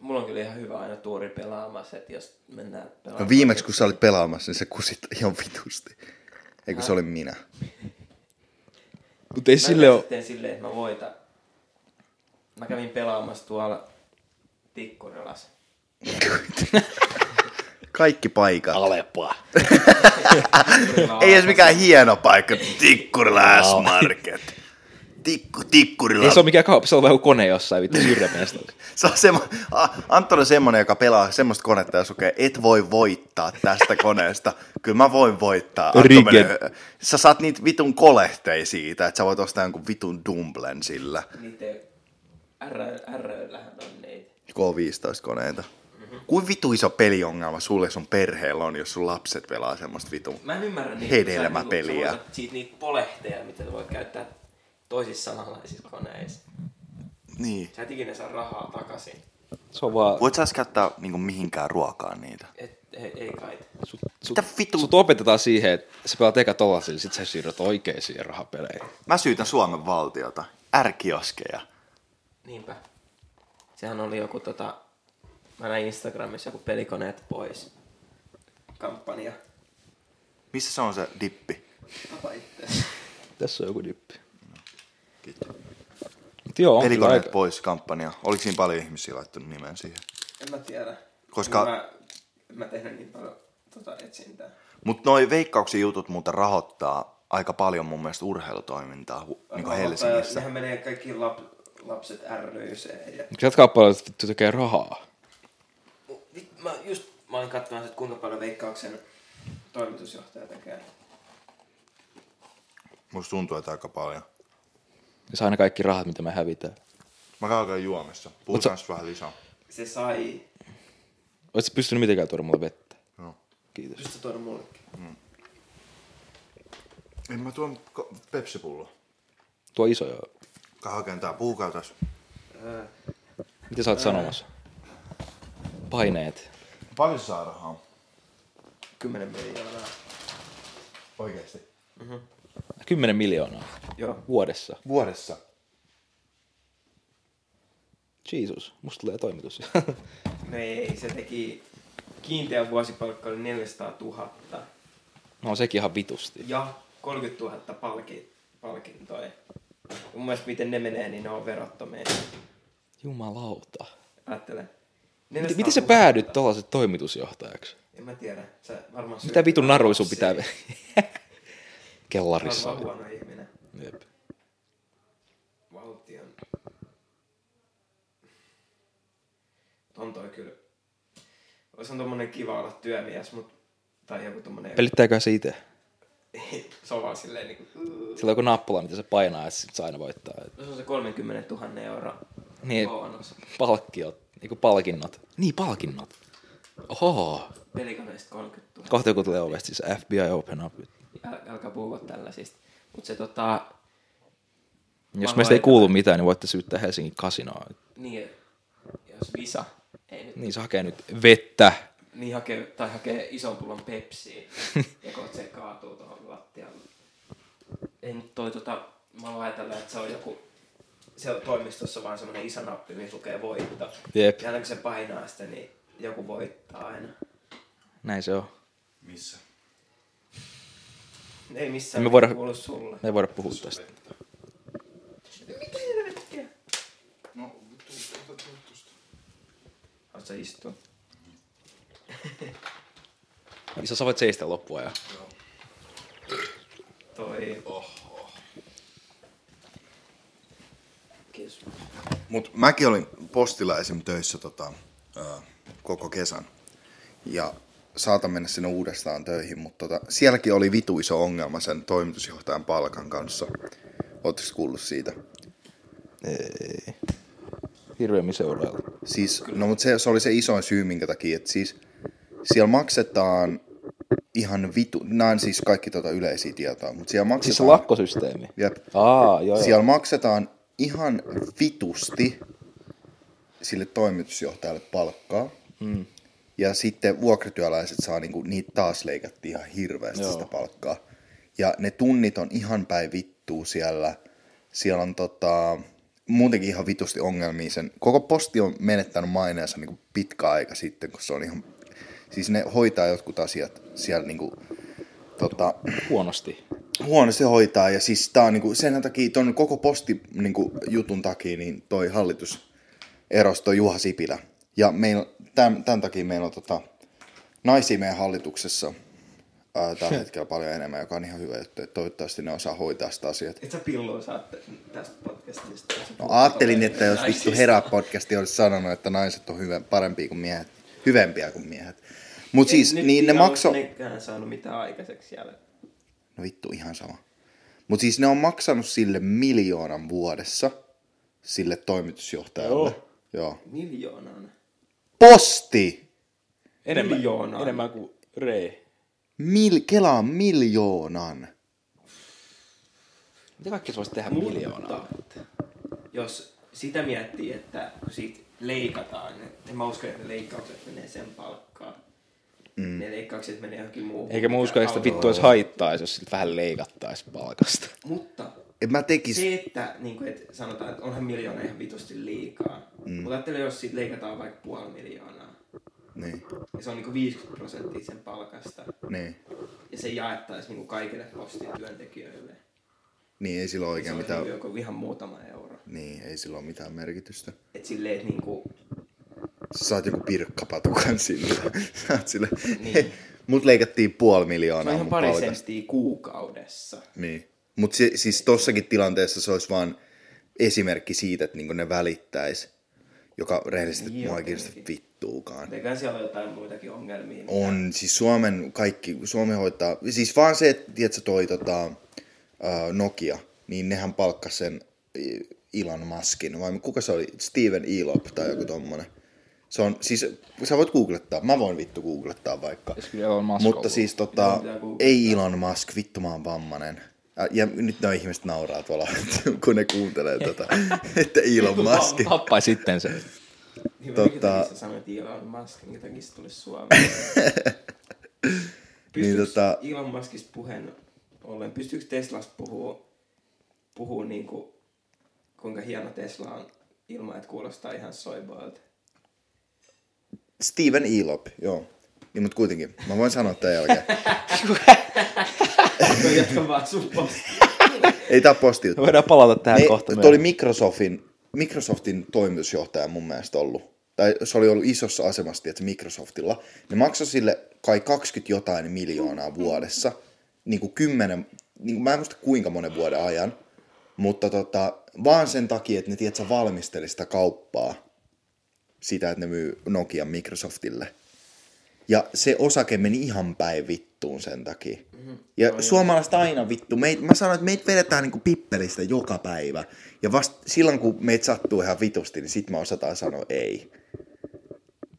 Speaker 4: Mulla on kyllä ihan hyvä aina tuori pelaamassa, että jos mennään pelaamaan.
Speaker 2: No viimeksi kun sä olit pelaamassa, niin se kusit ihan vitusti. Eikö se oli minä?
Speaker 3: Mutta ei
Speaker 4: Mä
Speaker 3: sille ole...
Speaker 4: sitten silleen, että mä voitan. Mä kävin pelaamassa tuolla Tikkurilassa.
Speaker 2: Kaikki paikat.
Speaker 3: Alepa.
Speaker 2: <laughs>
Speaker 4: Tikkurila
Speaker 2: Ei
Speaker 4: on-
Speaker 2: edes mikään hieno paikka. Tikkurila S-Market. Tikku, tikkurila.
Speaker 3: <laughs> Ei se ole mikään kauppa, se on vähän kuin kone jossain vittu syrjäpeestä.
Speaker 2: Se on semmo... A- Anton on semmonen, joka pelaa semmoista konetta, jos lukee, et voi voittaa tästä koneesta. Kyllä mä voin voittaa. Antto
Speaker 3: Rigen.
Speaker 2: menee- Sä saat niitä vitun kolehtei siitä, että sä voit ostaa jonkun vitun dumplen sillä.
Speaker 4: Niitä R- R-llähän on niitä.
Speaker 2: K15-koneita.
Speaker 4: Mm.
Speaker 2: Kuin vitu iso peliongelma sulle ja sun perheellä on, jos sun lapset pelaa semmoista vitu?
Speaker 4: Mä en ymmärrä niitä.
Speaker 2: Hedelmäpeliä.
Speaker 4: Sä voitat siitä niitä polehteja, mitä sä voit käyttää toisissa samanlaisissa koneissa.
Speaker 2: Niin.
Speaker 4: Sä et ikinä saa rahaa takaisin.
Speaker 3: Se on vaan...
Speaker 2: Voit sä edes käyttää niinku mihinkään ruokaan niitä?
Speaker 4: Et, ei, ei kai.
Speaker 3: Sut, sut,
Speaker 2: Mitä vitu?
Speaker 3: sut opetetaan siihen, että sä pelaat eka tollasilla, sit sä siirryt oikeisiin rahapeleihin.
Speaker 2: Mä syytän Suomen valtiota. Ärkioskeja.
Speaker 4: Niinpä. Sehän oli joku tota... Mä näin Instagramissa joku pelikoneet pois. Kampanja.
Speaker 2: Missä se on se dippi?
Speaker 4: Tapa itse.
Speaker 3: Tässä on joku dippi. Mut joo, on kyllä
Speaker 2: Pelikoneet
Speaker 3: aika-
Speaker 2: pois kampanja. Oliko siinä paljon ihmisiä laittanut nimen siihen?
Speaker 4: En mä tiedä.
Speaker 2: Koska- Niin
Speaker 4: Mä, mä tehnyt niin paljon tota etsintää.
Speaker 2: Mutta noi veikkauksen jutut muuten rahoittaa aika paljon mun mielestä urheilutoimintaa hu- niinku Helsingissä.
Speaker 4: Nehän menee kaikki lap, lapset ryc ja
Speaker 3: Miksi jatkaa paljon, että vittu tekee rahaa?
Speaker 4: Vit- Mä just mä olin katsomassa, että kuinka paljon veikkauksen toimitusjohtaja tekee.
Speaker 2: Musta tuntuu, että aika paljon.
Speaker 3: Ja saa aina kaikki rahat, mitä me hävitään.
Speaker 2: Mä käyn juomissa. Puhutaan sä... vähän lisää.
Speaker 4: Se sai...
Speaker 3: Oot sä pystynyt mitenkään tuoda mulle vettä?
Speaker 2: No.
Speaker 3: Kiitos.
Speaker 4: Pystytkö tuoda mullekin?
Speaker 2: En mä tuon ko- pepsipulloa.
Speaker 3: Tuo iso joo.
Speaker 2: Käy hakeen tää puukautas.
Speaker 4: Öö,
Speaker 3: Mitä sä oot sanomassa? Paineet.
Speaker 2: Paljon saa rahaa?
Speaker 4: 10 miljoonaa.
Speaker 2: Oikeesti.
Speaker 3: 10 miljoonaa
Speaker 4: Joo.
Speaker 3: vuodessa.
Speaker 2: Vuodessa.
Speaker 3: Jeesus, musta tulee toimitus. <laughs>
Speaker 4: No ei, se teki... Kiinteä vuosipalkka oli 400 000
Speaker 3: no sekin ihan vitusti.
Speaker 4: ja 30 000 palki, palkintoja. Mun mielestä miten ne menee, niin ne on verottomia.
Speaker 3: Jumalauta.
Speaker 4: Ajattele.
Speaker 3: Miten,
Speaker 4: 400
Speaker 3: miten sä
Speaker 4: 000.
Speaker 3: päädyit tollaset toimitusjohtajaksi?
Speaker 4: En mä tiedä. Sä varmaan
Speaker 3: Mitä vitun naruja sun pitää <laughs>
Speaker 4: Sä oot
Speaker 3: kellarissa?
Speaker 4: vaan huono ihminen.
Speaker 3: Jep.
Speaker 4: valtion... On toi kyllä... Olisi on tommonen kiva olla työmies, mut... Tai joku tommonen...
Speaker 3: Pelittääkö se itse?
Speaker 4: <laughs> se on vaan silleen niinku...
Speaker 3: Sillä on joku nappula, mitä se painaa ja sit se aina voittaa. Et
Speaker 4: No se on se 30 000 euroa
Speaker 3: Niin.
Speaker 4: bonus.
Speaker 3: Palkkiot, niinku palkinnot. Niin, palkinnot. Oho.
Speaker 4: Pelikoneista 30 000.
Speaker 3: Kohta joku tulee ovesta, siis FBI open up.
Speaker 4: Äl, älkää puhua tällaisista. Mut se tota...
Speaker 3: Jos
Speaker 4: Mä
Speaker 3: meistä ei
Speaker 4: laitan-
Speaker 3: kuulu mitään, niin voitte syyttää Helsingin kasinoa.
Speaker 4: Niin, jos visa ei nyt...
Speaker 3: Niin, se hakee nyt vettä.
Speaker 4: Niin hakee, tai hakee ison pullon
Speaker 3: <laughs>
Speaker 4: pepsiä ja kohta se kaatuu tuohon lattialle. Ei nyt toi tota, mä oon ajatellut, että se on joku, se on toimistossa vaan semmonen iso nappi, missä lukee voitto.
Speaker 3: Jep.
Speaker 4: Ja aina kun se painaa sitä, niin joku voittaa aina.
Speaker 3: Näin se on.
Speaker 2: Missä?
Speaker 4: Ei missään
Speaker 3: Me voidaan-
Speaker 4: kuulu sulle.
Speaker 3: Me ei voida puhua tästä.
Speaker 4: Mitä helvettiä?
Speaker 2: No, vittu, ota tuosta.
Speaker 4: Haluatko sä istua?
Speaker 3: Isä, sä voit seistä loppua ja
Speaker 4: Toi. Kiitos.
Speaker 2: Mut mäkin olin postilla esim. töissä tota, ää, koko kesän. Ja saatan mennä sinne uudestaan töihin, mutta tota, sielläkin oli vitu iso ongelma sen toimitusjohtajan palkan kanssa. Oletteko kuullut siitä?
Speaker 3: hirveämmin seurailla.
Speaker 2: Siis, no mutta se, se oli se isoin syy minkä takia, että siis siellä maksetaan ihan vitu, nämä on siis kaikki tota yleisiä tietoa, mutta siellä maksetaan...
Speaker 3: Siis se lakkosysteemi.
Speaker 2: Jep.
Speaker 3: Aa, joo, joo.
Speaker 2: Siellä maksetaan ihan vitusti sille toimitusjohtajalle palkkaa. Mm. Ja sitten vuokratyöläiset saa, niinku, niitä taas leikattiin ihan hirveästi
Speaker 3: Joo.
Speaker 2: sitä palkkaa. Ja ne tunnit on ihan päin vittuu siellä. Siellä on tota, muutenkin ihan vitusti ongelmia sen. Koko posti on menettänyt maineensa niinku pitkä aika sitten, kun se on ihan... Siis ne hoitaa jotkut asiat siellä niinku, tota,
Speaker 3: Huonosti.
Speaker 2: huonosti hoitaa. Ja siis tää on niinku, sen takia, ton koko posti niinku, jutun takia, niin toi hallitus erosi toi Juha Sipilä. Ja meillä, tämän, tämän takia meillä on tota, naisia meidän hallituksessa ää, tällä hetkellä paljon enemmän, joka on ihan hyvä juttu. että Toivottavasti ne osaa hoitaa sitä asiaa.
Speaker 4: Et sä pilloa saatte tästä podcastista.
Speaker 2: No ajattelin, että jos
Speaker 4: siis
Speaker 2: vittu herää podcasti olisi sanonut, että naiset on hyvä, parempia kuin miehet, hyvempiä kuin miehet. Mutta siis,
Speaker 4: Nyt
Speaker 2: niin ne
Speaker 4: tiedä, onko
Speaker 2: makso...
Speaker 4: nekään saanut mitään aikaiseksi siellä.
Speaker 2: No vittu, ihan sama. Mutta siis ne on maksanut sille miljoonan vuodessa, sille toimitusjohtajalle. Joo. Joo.
Speaker 4: Miljoonaan.
Speaker 2: Posti!
Speaker 3: Enemmän,
Speaker 4: Miljoonaa.
Speaker 3: enemmän kuin Rei.
Speaker 2: Mil, Kelaa miljoonan.
Speaker 3: Mitä kaikki se voisi tehdä
Speaker 4: Mutta
Speaker 3: miljoonaa?
Speaker 4: jos sitä miettii, että kun siitä leikataan, niin en mä usko, että ne leikkaukset menee sen palkkaan. Mm. Ne leikkaukset menee johonkin muuhun.
Speaker 3: Eikä mä usko, että sitä vittu edes haittaisi, jos siltä vähän leikattaisi palkasta.
Speaker 4: Mutta
Speaker 2: En mä tekis...
Speaker 4: se, että, niin kuin, että sanotaan, että onhan miljoona ihan vitusti liikaa. Mm. Mutta ajattele, jos siitä leikataan vaikka puoli miljoonaa.
Speaker 2: Niin,
Speaker 4: Ja se on niin kuin 50 prosenttia sen palkasta.
Speaker 2: niin.
Speaker 4: Ja se jaettaisiin niin kuin kaikille postin työntekijöille.
Speaker 2: Niin, ei sillä ole
Speaker 4: Se
Speaker 2: oikein
Speaker 4: on
Speaker 2: mitään...
Speaker 4: niin kuin ihan muutama euro.
Speaker 2: Niin, ei sillä ole mitään merkitystä.
Speaker 4: Et silleen, että niin kuin,
Speaker 2: Sä saat joku pirkkapatukan sillä. <laughs> Sä oot sillä...
Speaker 4: Niin.
Speaker 2: Mut leikattiin puoli
Speaker 4: se
Speaker 2: miljoonaa
Speaker 4: on
Speaker 2: mun
Speaker 4: ihan pari
Speaker 2: palkasta.
Speaker 4: senttiä kuukaudessa.
Speaker 2: Niin. Mutta si- siis tossakin tilanteessa se olisi vaan esimerkki siitä, että niinku ne välittäisi, joka rehellisesti
Speaker 4: Niin,
Speaker 2: mua ei
Speaker 4: joo, Niin.
Speaker 2: kiinnosta
Speaker 4: tietenkin.
Speaker 2: vittuukaan.
Speaker 4: Eikä siellä ole jotain muitakin ongelmia.
Speaker 2: On, siis Suomen kaikki, Suomi hoitaa, siis vaan se, että tiedätkö, toi tota, ää, Nokia, niin nehän palkkasi sen i- Elon Muskin, vai kuka se oli, Steven Elop tai joku tommonen. Se on, siis sä voit googlettaa, mä voin vittu googlettaa vaikka.
Speaker 3: Jos kyllä Elon Musk
Speaker 2: Mutta
Speaker 3: ollut.
Speaker 2: siis tota,
Speaker 4: pitää googlettaa.
Speaker 2: ei Elon Musk, vittu mä oon vammanen. Ja, ja nyt nämä ihmiset nauraa tuolla, <laughs> kun ne kuuntelee
Speaker 3: <laughs>
Speaker 2: tätä, että Elon Musk.
Speaker 3: Tappai sitten se.
Speaker 4: Niin,
Speaker 2: Tota-
Speaker 4: Minkä takia sä sanoit Elon Musk, minkä takia se tulisi Suomeen?
Speaker 2: <laughs> Niin,
Speaker 4: Pystyykö
Speaker 2: tota-
Speaker 4: Elon Muskista puheen ollen, pystyykö Teslas puhuu, puhuu niinku, kuinka hieno Tesla on ilman, että kuulostaa ihan soiboilta?
Speaker 2: Steven Elop, joo. Niin, mutta kuitenkin, mä voin sanoa tämän jälkeen.
Speaker 4: Voi jatka vaan sun
Speaker 2: <laughs>
Speaker 4: postia.
Speaker 2: Ei tää posti juttu.
Speaker 3: Voidaan palata tähän
Speaker 2: Ne,
Speaker 3: kohta.
Speaker 2: toi oli Microsoftin, Microsoftin toimitusjohtaja mun mielestä ollut. Tai se oli ollut isossa asemassa, että Microsoftilla. Ne maksoi sille kai 20 jotain miljoonaa vuodessa. Niin kuin kymmenen, niin kuin, mä en muista kuinka monen vuoden ajan. Mutta tota, vaan sen takia, että ne tiedätkö, valmisteli sitä kauppaa. Sitä, että ne myy Nokian Microsoftille. Ja se osake meni ihan päin vittuun sen takia. Ja suomalaiset aina vittu. Meit, mä sanoin, että meitä vedetään niinku pippelistä joka päivä. Ja vasta silloin, kun meitä sattuu ihan vitusti, niin sit me osataan sanoa ei.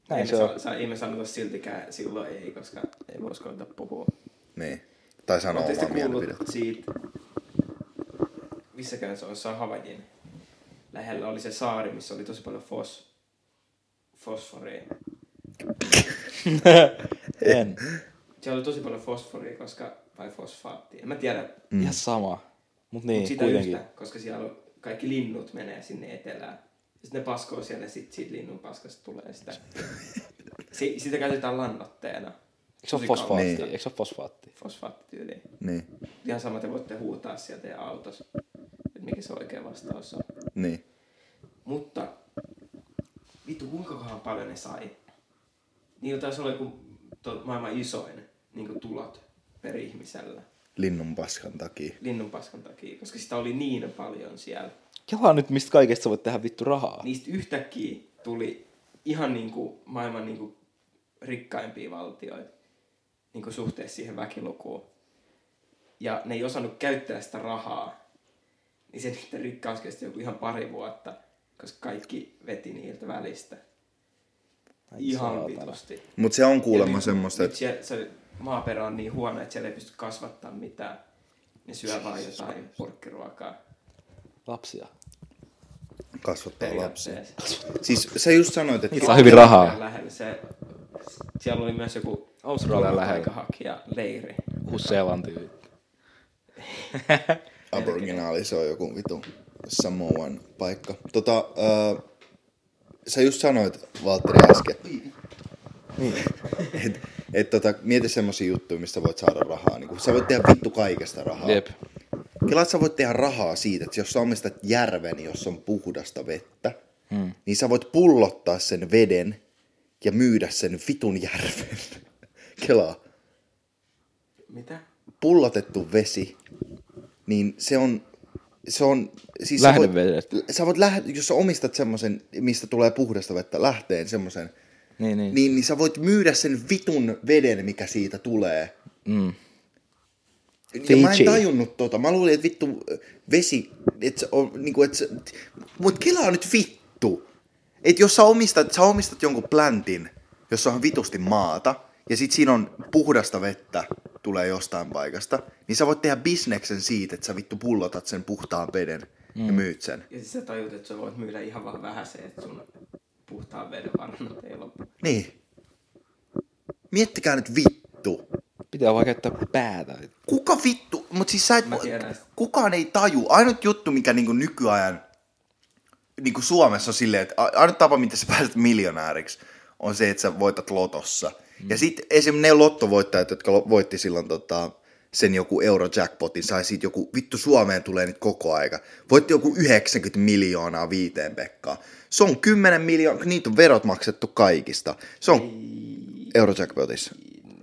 Speaker 3: Näin
Speaker 4: Ei
Speaker 3: se
Speaker 4: me
Speaker 3: on.
Speaker 4: sa- sa- Ei me sanota siltikään, silloin ei, koska ei voisi koita puhua.
Speaker 2: Niin. Tai sanoa
Speaker 4: Oletteko
Speaker 2: omaa
Speaker 4: te kuullut
Speaker 2: mielipidettä.
Speaker 4: siitä, missäkään se on Sahavajin lähellä oli se saari, missä oli tosi paljon fos, fosforia.
Speaker 3: En.
Speaker 4: Siellä oli tosi paljon fosforia, koska, vai fosfaattia, en mä tiedä, niin,
Speaker 3: Ihan sama. Mut niin,
Speaker 4: sitä
Speaker 3: kuitenkin.
Speaker 4: yhtä, koska siellä on, kaikki linnut menee sinne etelään. Sitten ne paskoo siellä ja sit siitä linnun paskasta tulee
Speaker 3: <laughs>
Speaker 4: sitä. Si- sitä käytetään lannoitteena.
Speaker 3: Eikö se ole
Speaker 4: Tosi
Speaker 3: fosfaatti?
Speaker 4: kaunis-
Speaker 3: Eikö se ole fosfaatti?
Speaker 4: Fosfaattityyliin.
Speaker 2: Niin.
Speaker 4: Ihan sama te voitte huutaa sieltä ja autossa, että mikä se oikea vastaus on.
Speaker 2: Niin.
Speaker 4: Mutta vittu, kuinka kohan paljon ne sai? Niillä taisi olla joku to, maailman isoin niin kuin tulot per ihmisellä
Speaker 2: Linnun paskan takia.
Speaker 4: linnunpaskan takia, koska sitä oli niin paljon siellä.
Speaker 3: Kelaa nyt, mistä kaikesta sä voit tehdä vittu rahaa.
Speaker 4: Niistä yhtäkkiä tuli ihan niin kuin maailman niin kuin rikkaimpia valtioita niin kuin suhteessa siihen väkilukuun. Ja ne ei osannut käyttää sitä rahaa, niin se niiden rikkaus kesti joku ihan pari vuotta, koska kaikki veti niiltä välistä.
Speaker 3: Ai
Speaker 4: Ihan
Speaker 3: saatana.
Speaker 4: vitusti.
Speaker 2: Mutta se on kuulemma
Speaker 4: Ja nyt-
Speaker 2: semmoista,
Speaker 4: nyt
Speaker 2: että
Speaker 4: siellä, se maaperä on niin huono, että siellä ei pysty kasvattaa mitään. Ne syö vaan jotain purkkiruokaa.
Speaker 3: Lapsia.
Speaker 2: kasvattaa lapsia.
Speaker 4: periaatteessa.
Speaker 2: Siis sä just sanoit,
Speaker 4: Niin
Speaker 2: että
Speaker 3: Niillä on hyvin rahaa.
Speaker 4: Lähellä se, siellä oli myös joku
Speaker 3: Australian lähellä.
Speaker 4: leiri.
Speaker 3: Uus-Seelanti.
Speaker 2: Aboriginaali, se on joku vitu Samoan paikka. Tota, äh, sä just sanoit, Valtteri, äsken, että et, tota, mieti semmosia juttuja, mistä voit saada rahaa. Niin kun, sä voit tehdä vittu kaikesta rahaa.
Speaker 3: Jep.
Speaker 2: Kelaat, sä voit tehdä rahaa siitä, että jos sä omistat järven, jossa on puhdasta vettä, hmm. niin sä voit pullottaa sen veden ja myydä sen vitun järven. <laughs> Kelaa
Speaker 4: Mitä?
Speaker 2: pullotettu vesi, niin se on... Se on siis
Speaker 3: Lähdevedet.
Speaker 2: Sä voit, sä voit lähde, jos sä omistat semmoisen, mistä tulee puhdasta vettä lähteen semmoisen,
Speaker 3: Niin, niin.
Speaker 2: niin, niin sä voit myydä sen vitun veden, mikä siitä tulee.
Speaker 3: Mm.
Speaker 2: Ja mä en
Speaker 3: Fiji.
Speaker 2: tajunnut tota. Mä luulin, että niinku, vittu vesi, että se on, niin kuin, että se, mut kelaa nyt vittu. Et jos sä omistat, sä omistat jonkun plantin, jossa on vitusti maata, ja sit siinä on puhdasta vettä, tulee jostain paikasta, niin sä voit tehdä bisneksen siitä, että sä vittu pullotat sen puhtaan veden mm. ja myyt sen.
Speaker 4: Ja siis sä tajut, että sä voit myydä ihan vaan vähän se, että sun puhtaan veden varannot ei lopu.
Speaker 2: Niin. Miettikää nyt vittu.
Speaker 3: Pitää vaan käyttää päätä.
Speaker 2: Kuka vittu, mutta siis sä et,
Speaker 4: Mä tiedän sitä.
Speaker 2: kukaan ei taju. Ainut juttu, mikä niinku nykyajan niinku Suomessa on silleen, että a- ainut tapa, miten sä pääset miljonääriksi, on se, että sä voitat lotossa. Mm. Ja sitten esimerkiksi ne lottovoittajat, jotka lo- voitti silloin tota, sen joku eurojackpotin, sai siitä joku, vittu Suomeen tulee nyt koko aika, voitti joku 90 miljoonaa viiteen pekkaa. Se on 10 miljoonaa, niitä on verot maksettu kaikista. Se on eurojackpotissa.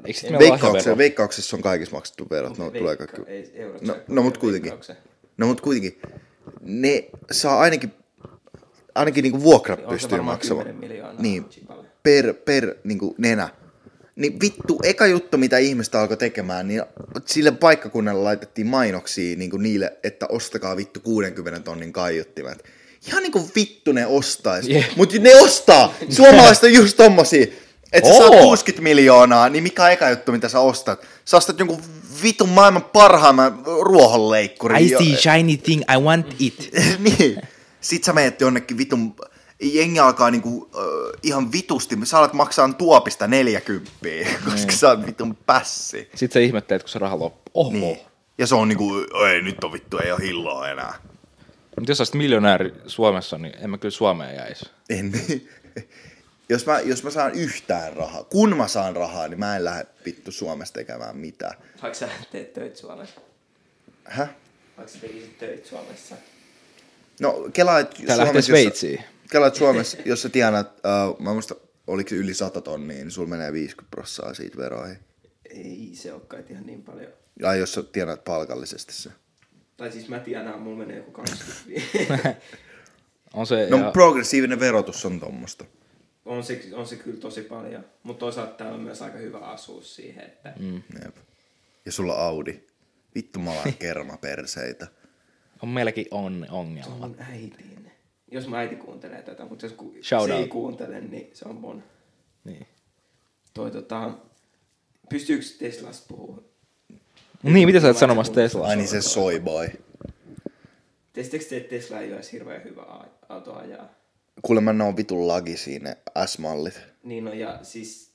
Speaker 3: Eikö sit meillä ole
Speaker 2: Veikkauksessa,
Speaker 3: lahjavero?
Speaker 2: veikkauksessa on kaikissa maksettu verot, no tulee kaikki.
Speaker 4: Ei, eurot
Speaker 2: No,
Speaker 4: saa
Speaker 2: no mut
Speaker 4: kyllä
Speaker 2: kuitenkin.
Speaker 4: veikkauksen.
Speaker 2: No mut kuitenkin. Ne saa ainakin, ainakin niinku vuokra
Speaker 4: Niin on se
Speaker 2: pystyy
Speaker 4: varmaan
Speaker 2: maksamaan.
Speaker 4: 10 miljoonaa
Speaker 2: Niin,
Speaker 4: chipalle.
Speaker 2: per, per niinku nenä. Niin vittu, eka juttu mitä ihmistä alkoi tekemään, niin sille paikkakunnalle laitettiin mainoksia niinku niille, että ostakaa vittu 60 tonnin kaiuttimet. Ihan niinku vittu ne ostais.
Speaker 3: Jep.
Speaker 2: Yeah. Mut ne ostaa! Suomalaiset on just tommosia. Että sä saat
Speaker 3: Oo.
Speaker 2: 60 miljoonaa, niin mikä on eka juttu, mitä sä ostat? Sä ostat jonkun vitun maailman parhaimman ruohonleikkurin.
Speaker 3: I
Speaker 2: jo-
Speaker 3: see shiny thing, I want it.
Speaker 2: <laughs> niin. Sit sä menet jonnekin vitun, jengi alkaa niinku, äh, ihan vitusti, sä alat maksaa tuopista 40, <laughs> koska sä oot vitun pässi.
Speaker 3: Sitten sä ihmettelet, kun se raha loppuu. Oho.
Speaker 2: Niin.
Speaker 3: Niin.
Speaker 2: Ja se on niinku, ei nyt on vittu, ei ole hilloa enää.
Speaker 3: Mutta jos sä olisit miljonääri Suomessa, niin en mä kyllä Suomeen jäisi.
Speaker 2: En, niin. <laughs> jos, mä, jos mä saan yhtään rahaa, kun mä saan rahaa, niin mä en lähde vittu Suomessa tekemään mitään.
Speaker 4: Vaikka sä teet töitä Suomessa.
Speaker 2: Häh?
Speaker 4: Vaikka sä tekisit töitä Suomessa.
Speaker 2: No Kela, että
Speaker 3: Tää lähtee
Speaker 2: jos sä-
Speaker 3: Sveitsiin.
Speaker 2: Kela, että Suomessa, jos sä tienaat, uh, mä muista, oliko se yli 100 tonnia, niin sulla menee 50 prossaa siitä veroihin.
Speaker 4: Ei se oo kai ihan niin paljon.
Speaker 2: Ai jos sä tienaat palkallisesti se.
Speaker 4: Tai siis mä tiedän, mulla menee joku
Speaker 2: <laughs>
Speaker 4: 25.
Speaker 3: On se,
Speaker 2: No
Speaker 3: ja,
Speaker 2: progressiivinen verotus on tommosta.
Speaker 4: on, se, on se kyllä tosi paljon. Mutta toisaalta täällä on myös aika hyvä asua siihen, että mm.
Speaker 2: Jep. Ja sulla Audi. Vittu mä
Speaker 4: <laughs>
Speaker 2: olen kermaperseitä.
Speaker 3: on meilläkin on ongelma.
Speaker 4: on äitiin. Jos mä äiti kuuntelee tätä, mutta jos ku,
Speaker 3: Shout
Speaker 4: se ei
Speaker 3: out.
Speaker 4: kuuntele, niin se on mun.
Speaker 3: Niin.
Speaker 4: Toi tota, pystyykö Teslas puhua?
Speaker 3: Niin, mitä sä oot sanomassa Teslasta?
Speaker 2: Ai niin se soy boy.
Speaker 4: Tiesittekö te, että Tesla ei ole edes hirveän hyvä a- auto ajaa?
Speaker 2: Kuulemma ne on vitun lagi siinä S-mallit.
Speaker 4: Niin no ja siis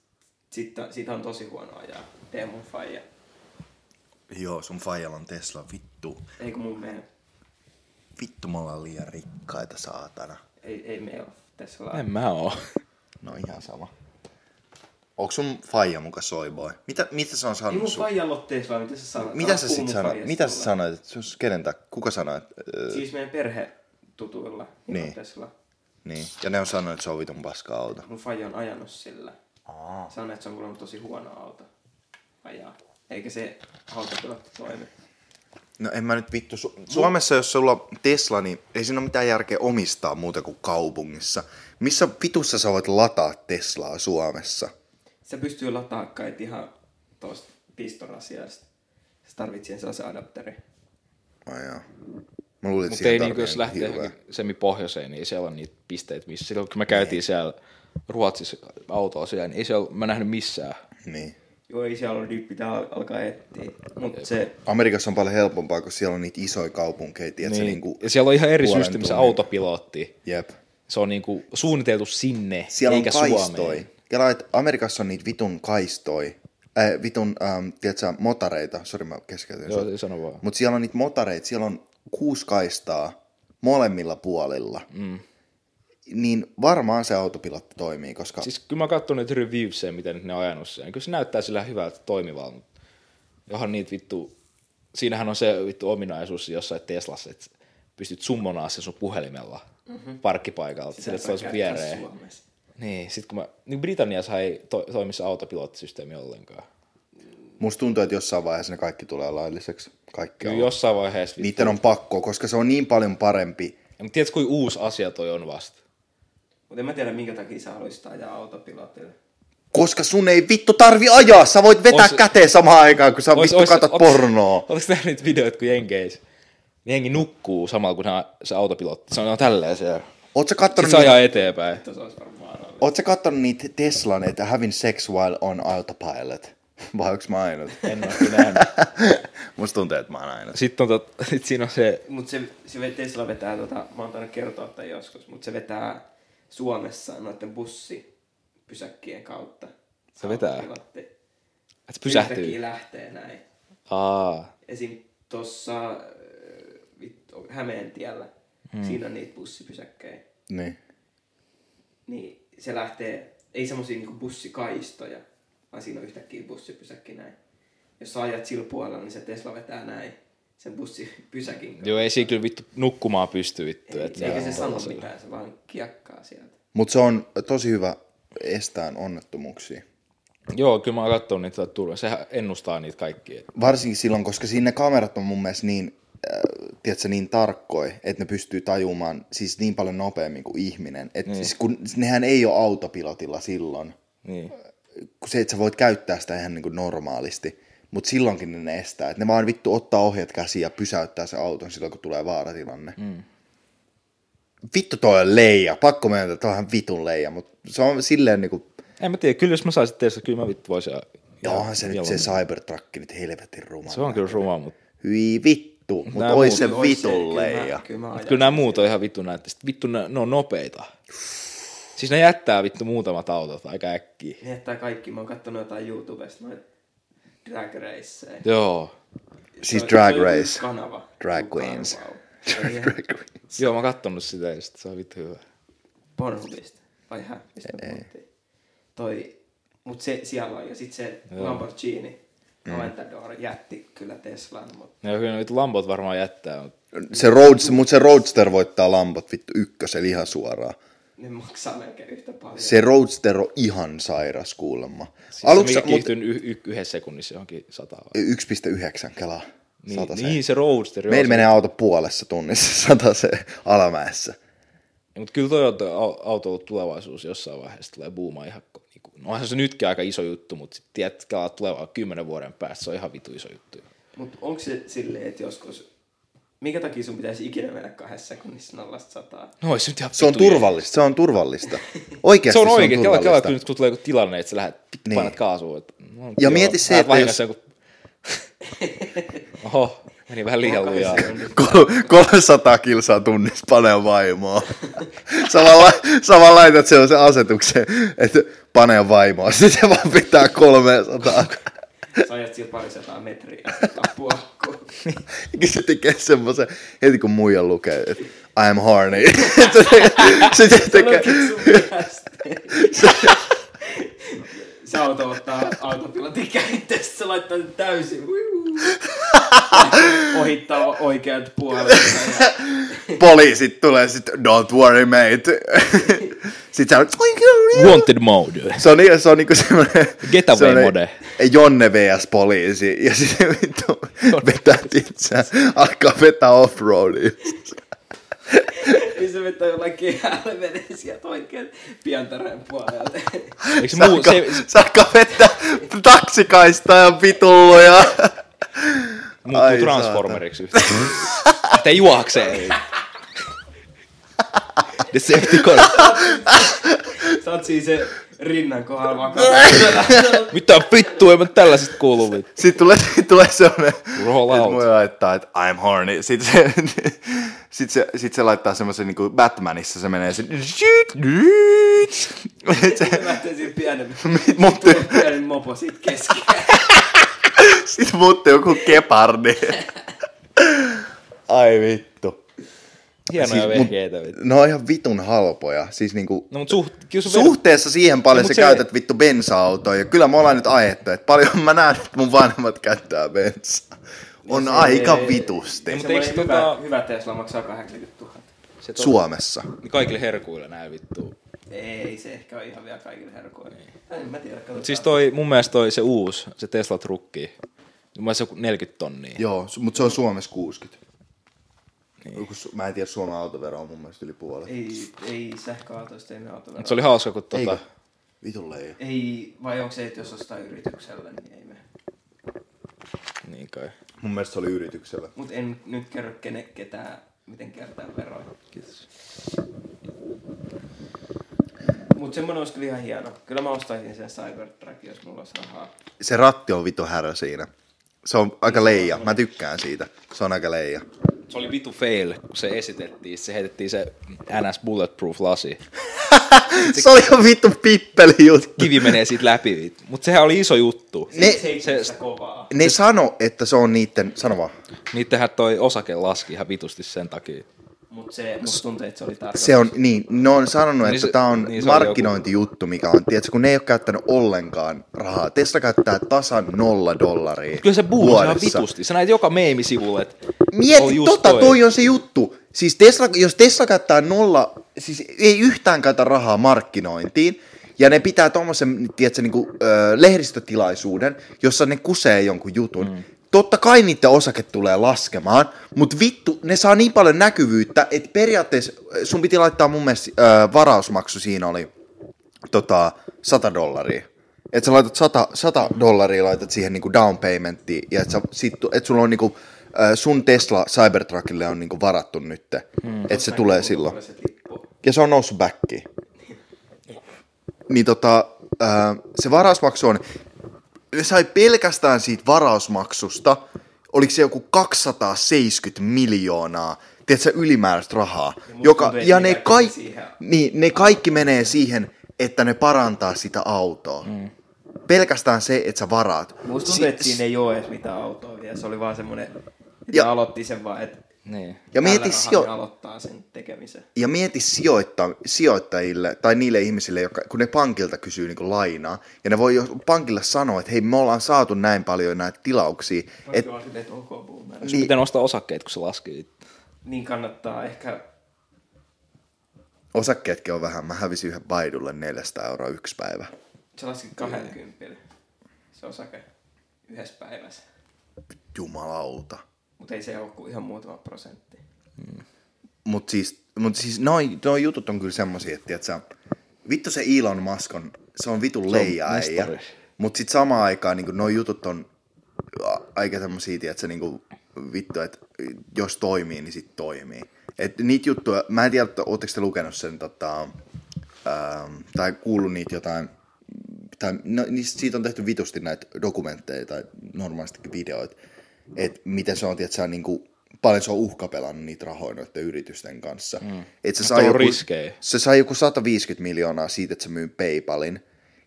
Speaker 4: sit, siitä on tosi huono ajaa. Tee mun faija.
Speaker 2: Joo, sun fajalla on Tesla. Vittu.
Speaker 4: Eikö mun mene?
Speaker 2: Vittu me ollaan liian rikkaita, saatana.
Speaker 4: Ei, ei me ole tässä lailla.
Speaker 3: En mä oo.
Speaker 2: No ihan sama. Onko sun faija muka soy boy? Mitä, mitä se on
Speaker 4: Ei
Speaker 2: sanonut
Speaker 4: mun
Speaker 2: sun?
Speaker 4: faijalla ole Tesla, mitä sä sanoit?
Speaker 2: Mitä
Speaker 4: Älä
Speaker 2: sä
Speaker 4: puhu
Speaker 2: sit
Speaker 4: mun
Speaker 2: sanoit?
Speaker 4: faijasta
Speaker 2: Mitä sä
Speaker 4: mulle.
Speaker 2: sanoit? että Sus, kenen tak- Kuka sanoi? että, Öö,
Speaker 4: Siis meidän perhetutuilla niin.
Speaker 2: Niin.
Speaker 4: on Tesla.
Speaker 2: niin. Ja ne on sanonut, että se on vitun paska auto.
Speaker 4: Mun faija on ajanut sillä.
Speaker 2: Aa.
Speaker 4: Sanoin, että se on kuulemma tosi huono auto ajaa. Eikä se autopilotti toimi.
Speaker 2: No en mä nyt vittu. Su- Suomessa, jos sulla on Tesla, niin ei siinä ole mitään järkeä omistaa muuta kuin kaupungissa. Missä vitussa sä voit lataa Teslaa Suomessa?
Speaker 4: Se pystyy lataa kai ihan tosta pistorasiasta. Se tarvitsee sellaisen adapteri.
Speaker 2: Ai joo. Mä luulin, että
Speaker 3: Mutta ei
Speaker 2: siihen
Speaker 3: niin,
Speaker 2: tarvii
Speaker 3: jos
Speaker 2: joku
Speaker 3: lähtee
Speaker 2: hirveä.
Speaker 3: johonkin semipohjoiseen, niin siellä on niitä pisteitä, missä silloin kun me käytiin siellä Ruotsissa autoa siellä, niin ei siellä, mä en nähnyt missään.
Speaker 2: Niin.
Speaker 4: Joo, ei siellä ole nyt pitää al- alkaa etsiä. Mut se,
Speaker 2: Amerikassa on paljon helpompaa, kun siellä on niitä isoja kaupunkeja, niin.
Speaker 3: Niin,
Speaker 2: se niinku
Speaker 3: ja siellä on ihan eri
Speaker 2: puolen
Speaker 3: systeemi se
Speaker 2: tunnin.
Speaker 3: autopilotti.
Speaker 2: Jep.
Speaker 3: Se on niinku suunniteltu sinne,
Speaker 2: Siellä
Speaker 3: eikä
Speaker 2: on kaistoi.
Speaker 3: Suomeen.
Speaker 2: Kela, että Amerikassa on niitä vitun kaistoi. Äh, vitun, ähm, tiedätkö, motareita. Sori, mä keskeytin. sua.
Speaker 3: Joo, ei sano vaan.
Speaker 2: Mutta siellä on niitä motareita, siellä on kuusi kaistaa molemmilla puolilla. Mm. Niin varmaan se autopilotti toimii, koska siis...
Speaker 3: Siis kyllä mä katson niitä reviewsia, miten ne on ajanut sen. Kyllä se näyttää sillä hyvältä toimivalta, mutta johan niitä vittu, siinähän on se vittu ominaisuus jossain Teslassa, että pystyt summonaa sen sun puhelimella mm-hmm. parkkipaikalta, sillä että se olisi
Speaker 4: Mhm. Sitä ei
Speaker 3: viereen.
Speaker 4: käyttää Suomessa.
Speaker 3: Niin, sit kun mä, niin Britanniassa ei to, toimi se autopilottisysteemi ollenkaan.
Speaker 2: musta tuntuu, että jossain vaiheessa ne kaikki tulee lailliseksi. Kaikki
Speaker 3: Kyllä
Speaker 2: on.
Speaker 3: jossain vaiheessa, vittu,
Speaker 2: Niiden on pakko, koska No siis se on niin paljon parempi.
Speaker 3: mutta tiedätkö kuinka uusi asia toi on vasta?
Speaker 4: Mut en mä tiedä, minkä takia sä haluaisit ajaa autopilotilla.
Speaker 2: Koska sun ei vittu tarvi ajaa, sä voit vetää
Speaker 3: Ois-
Speaker 2: ois, käteen samaan aikaan, kun sä ois, vittu ois, katot ois, pornoa.
Speaker 3: Oletko nähnyt niitä videoita, kun jenkeissä? Jengi nukkuu samalla, kun se, se autopilotti. Se on, on tälleen siellä.
Speaker 2: Oot sä kattonut,
Speaker 3: Sitten se
Speaker 2: niitä,
Speaker 3: ajaa eteenpäin.
Speaker 4: Tuossa olisi varmaan arvio.
Speaker 2: oot sä kattonut niitä Teslan, että having sex while on autopilot? <laughs> Vai onks mä ainut?
Speaker 3: En ole kyllä nähnyt.
Speaker 2: Musta tuntuu, että mä oon ainut.
Speaker 3: Sitten on tot, sit siinä on se,
Speaker 4: Mut se, se ve- Tesla vetää, tota, mä oon tainnut kertoa tämän joskus, mutta se vetää Suomessa noiden bussipysäkkien kautta.
Speaker 3: Se vetää?
Speaker 4: Autopilotti.
Speaker 3: että se pysähtyy.
Speaker 4: Yhtäkkiä lähtee näin.
Speaker 3: Aa,
Speaker 4: Esim. tuossa äh, vittu, Hämeentiellä, hmm. siinä on niitä bussipysäkkejä.
Speaker 2: Niin.
Speaker 4: Niin se lähtee, ei semmosia niinku bussikaistoja, vaan siinä on yhtäkkiä bussipysäkki näin. Jos sä ajat sillä puolella, niin se Tesla vetää näin sen bussipysäkin kautta.
Speaker 3: joo, ei siinä kyllä vittu nukkumaan pysty vittu.
Speaker 4: Ei,
Speaker 3: et
Speaker 4: eikä
Speaker 3: on
Speaker 4: se sano
Speaker 3: tollasella.
Speaker 4: mitään, se vaan kiekkaa sieltä.
Speaker 2: Mutta se on tosi hyvä estään onnettomuuksia.
Speaker 3: Joo, kyllä mä oon kattonut niitä tuolla. Sehän ennustaa niitä kaikkia.
Speaker 2: Varsinkin silloin, koska siinä ne kamerat on mun mielestä niin, äh, tiedätkö, niin tarkkoja, että ne pystyy tajumaan siis niin paljon nopeammin kuin ihminen. Et niin. siis kun, nehän ei ole autopilotilla silloin,
Speaker 3: Niin.
Speaker 2: kun se, että sä voit käyttää sitä ihan niin kuin normaalisti. Mutta silloinkin ne ne estää. Et ne vaan vittu ottaa ohjat käsiin ja pysäyttää se auton silloin, kun tulee vaaratilanne. Mm. Vittu toi on leija. Pakko myöntää, että toi on ihan vitun leija. Mutta se on silleen niinku...
Speaker 3: En mä tiedä, kyllä jos mä saisin teistä, kyllä mä vittu voisin.
Speaker 2: Ja onhan se nyt se Cybertruck nyt helvetin ruma.
Speaker 3: Se on kyllä ruma, mutta
Speaker 2: Hyi vittu, mutta
Speaker 3: Nää
Speaker 2: ois
Speaker 3: muut-
Speaker 2: se
Speaker 4: Ois se,
Speaker 2: vitulle
Speaker 4: kyllä mä-
Speaker 2: ja...
Speaker 4: Kyllä mä
Speaker 3: Mut
Speaker 4: ajan.
Speaker 3: kyllä nämä muut on ihan vittu näitä. Sitten vittu ne, ne on nopeita. Siis ne jättää vittu muutamat autot aika äkkiä.
Speaker 4: Ne jättää kaikki, mä oon kattonut jotain YouTubesta noita drag raceja.
Speaker 3: Joo.
Speaker 2: Siis
Speaker 4: Se on-
Speaker 2: drag
Speaker 4: se on joku
Speaker 2: race.
Speaker 4: Kanava.
Speaker 2: Drag
Speaker 4: Joku
Speaker 2: queens.
Speaker 4: kanava on. Ei, ihan
Speaker 3: Joo, mä oon kattonut sitä ja sit se on vittu hyvä.
Speaker 4: Pornhubista. Vai hä? Mistä me puhuttiin? Toi, mut se siellä on. Ja sit se Lamborghini Aventador jätti kyllä Teslan, mut
Speaker 3: Ne on kyllä ne vittu lambot varmaan jättää, mutta
Speaker 2: Se Roads, mutta se Roadster voittaa lampot vittu ykkösen ihan suoraan.
Speaker 4: ne maksaa melkein yhtä paljon.
Speaker 2: Se Roadster on ihan sairas kuulemma. Aluksi
Speaker 3: siis
Speaker 2: se,
Speaker 3: Aluksi, se
Speaker 2: mut,
Speaker 3: kiihtyy y- y- yhdessä sekunnissa johonkin sataan.
Speaker 2: 1,9 kelaa.
Speaker 3: Niin,
Speaker 2: sataseen.
Speaker 3: niin, se roadster.
Speaker 2: Meillä menee auto puolessa tunnissa <laughs> sataseen alamäessä.
Speaker 3: Mutta kyllä toi on toi au- auto ollut tulevaisuus jossain vaiheessa tulee buumaan ihan ko- niinku, no onhan se nytkin aika iso juttu, mutta sitten tiedät, että tulevaa kymmenen vuoden päästä se on ihan vitu iso juttu.
Speaker 4: Mut onks se silleen, että joskus... Minkä takia sun pitäisi ikinä mennä kahdessa sekunnissa nollasta sataa?
Speaker 3: No, se, nyt ihan
Speaker 2: Se on
Speaker 3: vitu jees.
Speaker 2: turvallista, se on
Speaker 3: <laughs>
Speaker 2: turvallista. Oikeasti
Speaker 3: se on oikein.
Speaker 2: se
Speaker 3: Kela,
Speaker 2: on
Speaker 3: kela,
Speaker 2: turvallista.
Speaker 3: kun, nyt, kun tulee joku tilanne, että sä lähdet
Speaker 2: Niin.
Speaker 3: niin. painat kaasua. Että, no,
Speaker 2: Ja mieti se,
Speaker 3: lähet
Speaker 2: että
Speaker 3: vahingossa joku... Oho, meni vähän liian
Speaker 4: Kahdessa
Speaker 3: lujaa.
Speaker 4: sekunnissa.
Speaker 2: Kol- 300 kilsaa tunnissa pane vaimoa. Sä vaan, la- sä vaan laitat sellaisen asetuksen, että pane vaimoa. Sitten se vaan pitää 300.
Speaker 4: Sä ajat sillä parisataa metriä. Apua.
Speaker 2: Ja se tekee semmoisen, heti kun muija lukee, että I'm horny. <laughs> Sitten se tekee,
Speaker 4: Sanokin sun viestin. Se auto ottaa autopilotin käyttöstä, se laittaa sen täysin. Uiu. Ohittaa oikeat puolet.
Speaker 2: poliisit tulee sitten, don't worry mate. Sitten sä oot, "Oi, kyllä."
Speaker 3: Wanted mode.
Speaker 2: se on, ni- se on niinku semmoinen...
Speaker 3: Getaway
Speaker 2: semmoinen
Speaker 3: mode.
Speaker 2: Jonne vs. poliisi. Ja sitten vittu vetää itseään, alkaa vetää offroadia.
Speaker 3: No
Speaker 4: Niin se vetää jollakin hälvenen sieltä oikein piantareen puolelta.
Speaker 3: Eikö se
Speaker 2: Se
Speaker 3: muu,
Speaker 2: alkaa,
Speaker 3: se,
Speaker 2: se alkaa vetää taksikaista ja vitulluja. Ai,
Speaker 3: muuttuu transformeriksi yhtä. Lähtee juokseen. Decepticon.
Speaker 4: Sä oot siinä se rinnan kohdalla vaan katsomassa.
Speaker 3: Mitä vittua, en mä tällaisesta kuulu vittu.
Speaker 2: Sitten tulee, sit tulee sellainen,
Speaker 3: Roll
Speaker 2: että
Speaker 3: out.
Speaker 2: voi laittaa, että I'm horny. Sitten se, sit se, sit se laittaa semmoisen niin kuin Batmanissa, se menee sen... Se,
Speaker 4: Se lähtee siinä pienen,
Speaker 2: mutta
Speaker 4: pienen mopo siitä keskellä.
Speaker 2: sitten muuttuu joku kepardi. Ai vittu.
Speaker 3: Hienoja
Speaker 2: Siis
Speaker 3: siis,
Speaker 2: mut-
Speaker 3: vehkeitä vittu.
Speaker 2: No ihan vitun halpoja. Siis niinku,
Speaker 3: No mut suht, kyllä se ver-
Speaker 2: suhteessa siihen paljon
Speaker 3: No,
Speaker 2: sä
Speaker 3: mut
Speaker 2: se...
Speaker 3: se-
Speaker 2: käytät vittu bensa-autoa. Ja kyllä me ollaan nyt ajettu, että paljon mä näen, että mun vanhemmat käyttää bensaa. On
Speaker 4: se-
Speaker 2: aika vitusti.
Speaker 4: Mutta
Speaker 3: Mut
Speaker 4: eikö
Speaker 3: eikö
Speaker 4: hyvä,
Speaker 3: tota-
Speaker 4: hyvä Tesla maksaa 80 000?
Speaker 3: se to-
Speaker 2: Suomessa.
Speaker 3: niin kaikille herkuille näin vittu.
Speaker 4: Ei se ehkä ole ihan vielä kaikille herkoille. En mä tiedä, katsotaan.
Speaker 3: Mut siis toi, mun mielestä toi se uusi, se Tesla-trukki. Mun mielestä se on joku 40 tonnia.
Speaker 2: Joo, mutta se on Suomessa 60. Niin. Mä en tiedä, Suomen autovero on mun mielestä yli puolet.
Speaker 4: Ei, ei sähköautoista, ei me autovero.
Speaker 3: Mut se oli hauska, kun
Speaker 2: Eikö?
Speaker 3: tota,
Speaker 2: Vitun leija.
Speaker 4: Ei, vai onko se, että jos ostaa yrityksellä, niin ei me.
Speaker 3: niin kai.
Speaker 2: Mun mielestä se oli yrityksellä.
Speaker 4: Mut en nyt kerro kene ketään, miten kertaa veroja.
Speaker 3: Kiitos.
Speaker 4: Mutta semmonen olisi kyllä ihan hieno. Kyllä mä ostaisin sen Cybertruck, jos mulla olisi rahaa.
Speaker 2: Se ratti on vittu härö siinä. Se on aika leija. Mä tykkään siitä. Se on aika leija.
Speaker 3: Se oli vitu fail, kun se esitettiin. Se heitettiin se NS Bulletproof lasi.
Speaker 2: Se oli jo vittu pippeli juttu.
Speaker 3: Kivi menee siitä läpi. Mutta sehän oli iso juttu.
Speaker 2: Ne-
Speaker 4: Se, se, se kovaa.
Speaker 2: Ne
Speaker 3: Siis-
Speaker 2: sano, että se on niitten... Sano vaan.
Speaker 3: Niittenhän toi osake laski ihan vitusti sen takia.
Speaker 4: Mutta se, musta tuntuu, että se oli tarkoitus.
Speaker 2: Se on, niin, ne on sanonut,
Speaker 3: Niin
Speaker 2: että
Speaker 3: se-
Speaker 2: tämä on
Speaker 3: niin se on
Speaker 2: markkinointijuttu, mikä on, tiedätkö, kun ne ei ole käyttänyt ollenkaan rahaa. Tesla käyttää tasan nolla dollaria
Speaker 3: Kyllä se buumasi ihan
Speaker 2: vuodessa.
Speaker 3: vitusti. Sä näit joka meemisivulle, että
Speaker 2: Mieti,
Speaker 3: on just
Speaker 2: tota, toi. on se juttu. Siis Tesla, jos Tesla käyttää nolla, siis ei yhtään käytä rahaa markkinointiin, ja ne pitää tuommoisen, tiedätkö, niin kuin, ö, lehdistötilaisuuden, jossa ne kusee jonkun jutun. Mm. Totta kai niiden osake tulee laskemaan, mutta vittu, ne saa niin paljon näkyvyyttä, että periaatteessa ö, sun piti laittaa mun mielestä ö, varausmaksu siinä oli tota, 100 dollaria. Että sä laitat 100, 100 dollaria laitat siihen niinku down paymenttiin ja että et sulla on niinku, ö, sun Tesla Cybertruckille on niinku varattu nyt, hmm. että se tulee silloin.
Speaker 4: Se tippu.
Speaker 2: Ja se on noussut backiin. Niin tota, ö, se varausmaksu on, ne sai pelkästään siitä varausmaksusta, oliko se joku 270 miljoonaa, tiedätkö, ylimääräistä rahaa, ja
Speaker 4: musta
Speaker 2: joka,
Speaker 4: tuntuu, että
Speaker 2: ja
Speaker 4: niitä
Speaker 2: ne,
Speaker 4: ei
Speaker 2: kaik,
Speaker 4: siihen.
Speaker 2: niin, ne kaikki menee siihen, että ne parantaa sitä autoa. Mm. Pelkästään se, että sä varaat.
Speaker 4: Musta
Speaker 2: Si-
Speaker 4: tuntuu, että siinä ei ole edes mitään autoa vielä. Se oli vaan semmonen, että
Speaker 2: Ja-
Speaker 4: ja. aloitti sen vaan, että
Speaker 3: Niin.
Speaker 2: ja mieti,
Speaker 4: tällä
Speaker 2: sijo-
Speaker 4: rahalla ne aloittaa sen tekemisen.
Speaker 2: ja mieti sijoitta, sijoittajille tai niille ihmisille, jotka, kun ne pankilta kysyy niin lainaa, ja ne voi jo pankilla sanoa, että hei, me ollaan saatu näin paljon näitä tilauksia,
Speaker 4: Et,
Speaker 2: että
Speaker 4: et ok, boomer.
Speaker 3: Sun
Speaker 2: Niin.
Speaker 3: pitää nostaa osakkeet, kun se laski.
Speaker 4: Niin kannattaa ehkä...
Speaker 2: osakkeetkin on vähän. Mä hävisin yhden Baidulle 400 euroa yksi päivä.
Speaker 4: Se laski 20 se osake yhdessä päivässä.
Speaker 2: Jumalauta.
Speaker 4: Mutta ei se ole kuin ihan muutama prosentti.
Speaker 2: Mut siis, mut siis noi, noi jutut on kyllä semmosia, että tiiätkö, vittu se Elon Musk on, se on vitun leija äijä.
Speaker 3: mestari.
Speaker 2: Mut sit samaan aikaan niin noi jutut on a- aika semmosia, tiiätkö, niin vittu, että jos toimii, niin sit toimii. Et niitä juttuja, mä en tiedä, että ootteko te lukenut sen tota, ähm, tai kuullut niitä jotain, tai no, niistä, siitä on tehty vitusti näitä dokumentteja tai normaalistikin videoita, että miten se on, tiiätkö, niin kuin, paljon se on uhkapelannut niitä rahoja noiden yritysten kanssa. Mm. Et se,
Speaker 3: Että
Speaker 2: sai
Speaker 3: on
Speaker 2: joku,
Speaker 3: riskejä.
Speaker 2: se sai joku 150 miljoonaa siitä, että se myy Paypalin,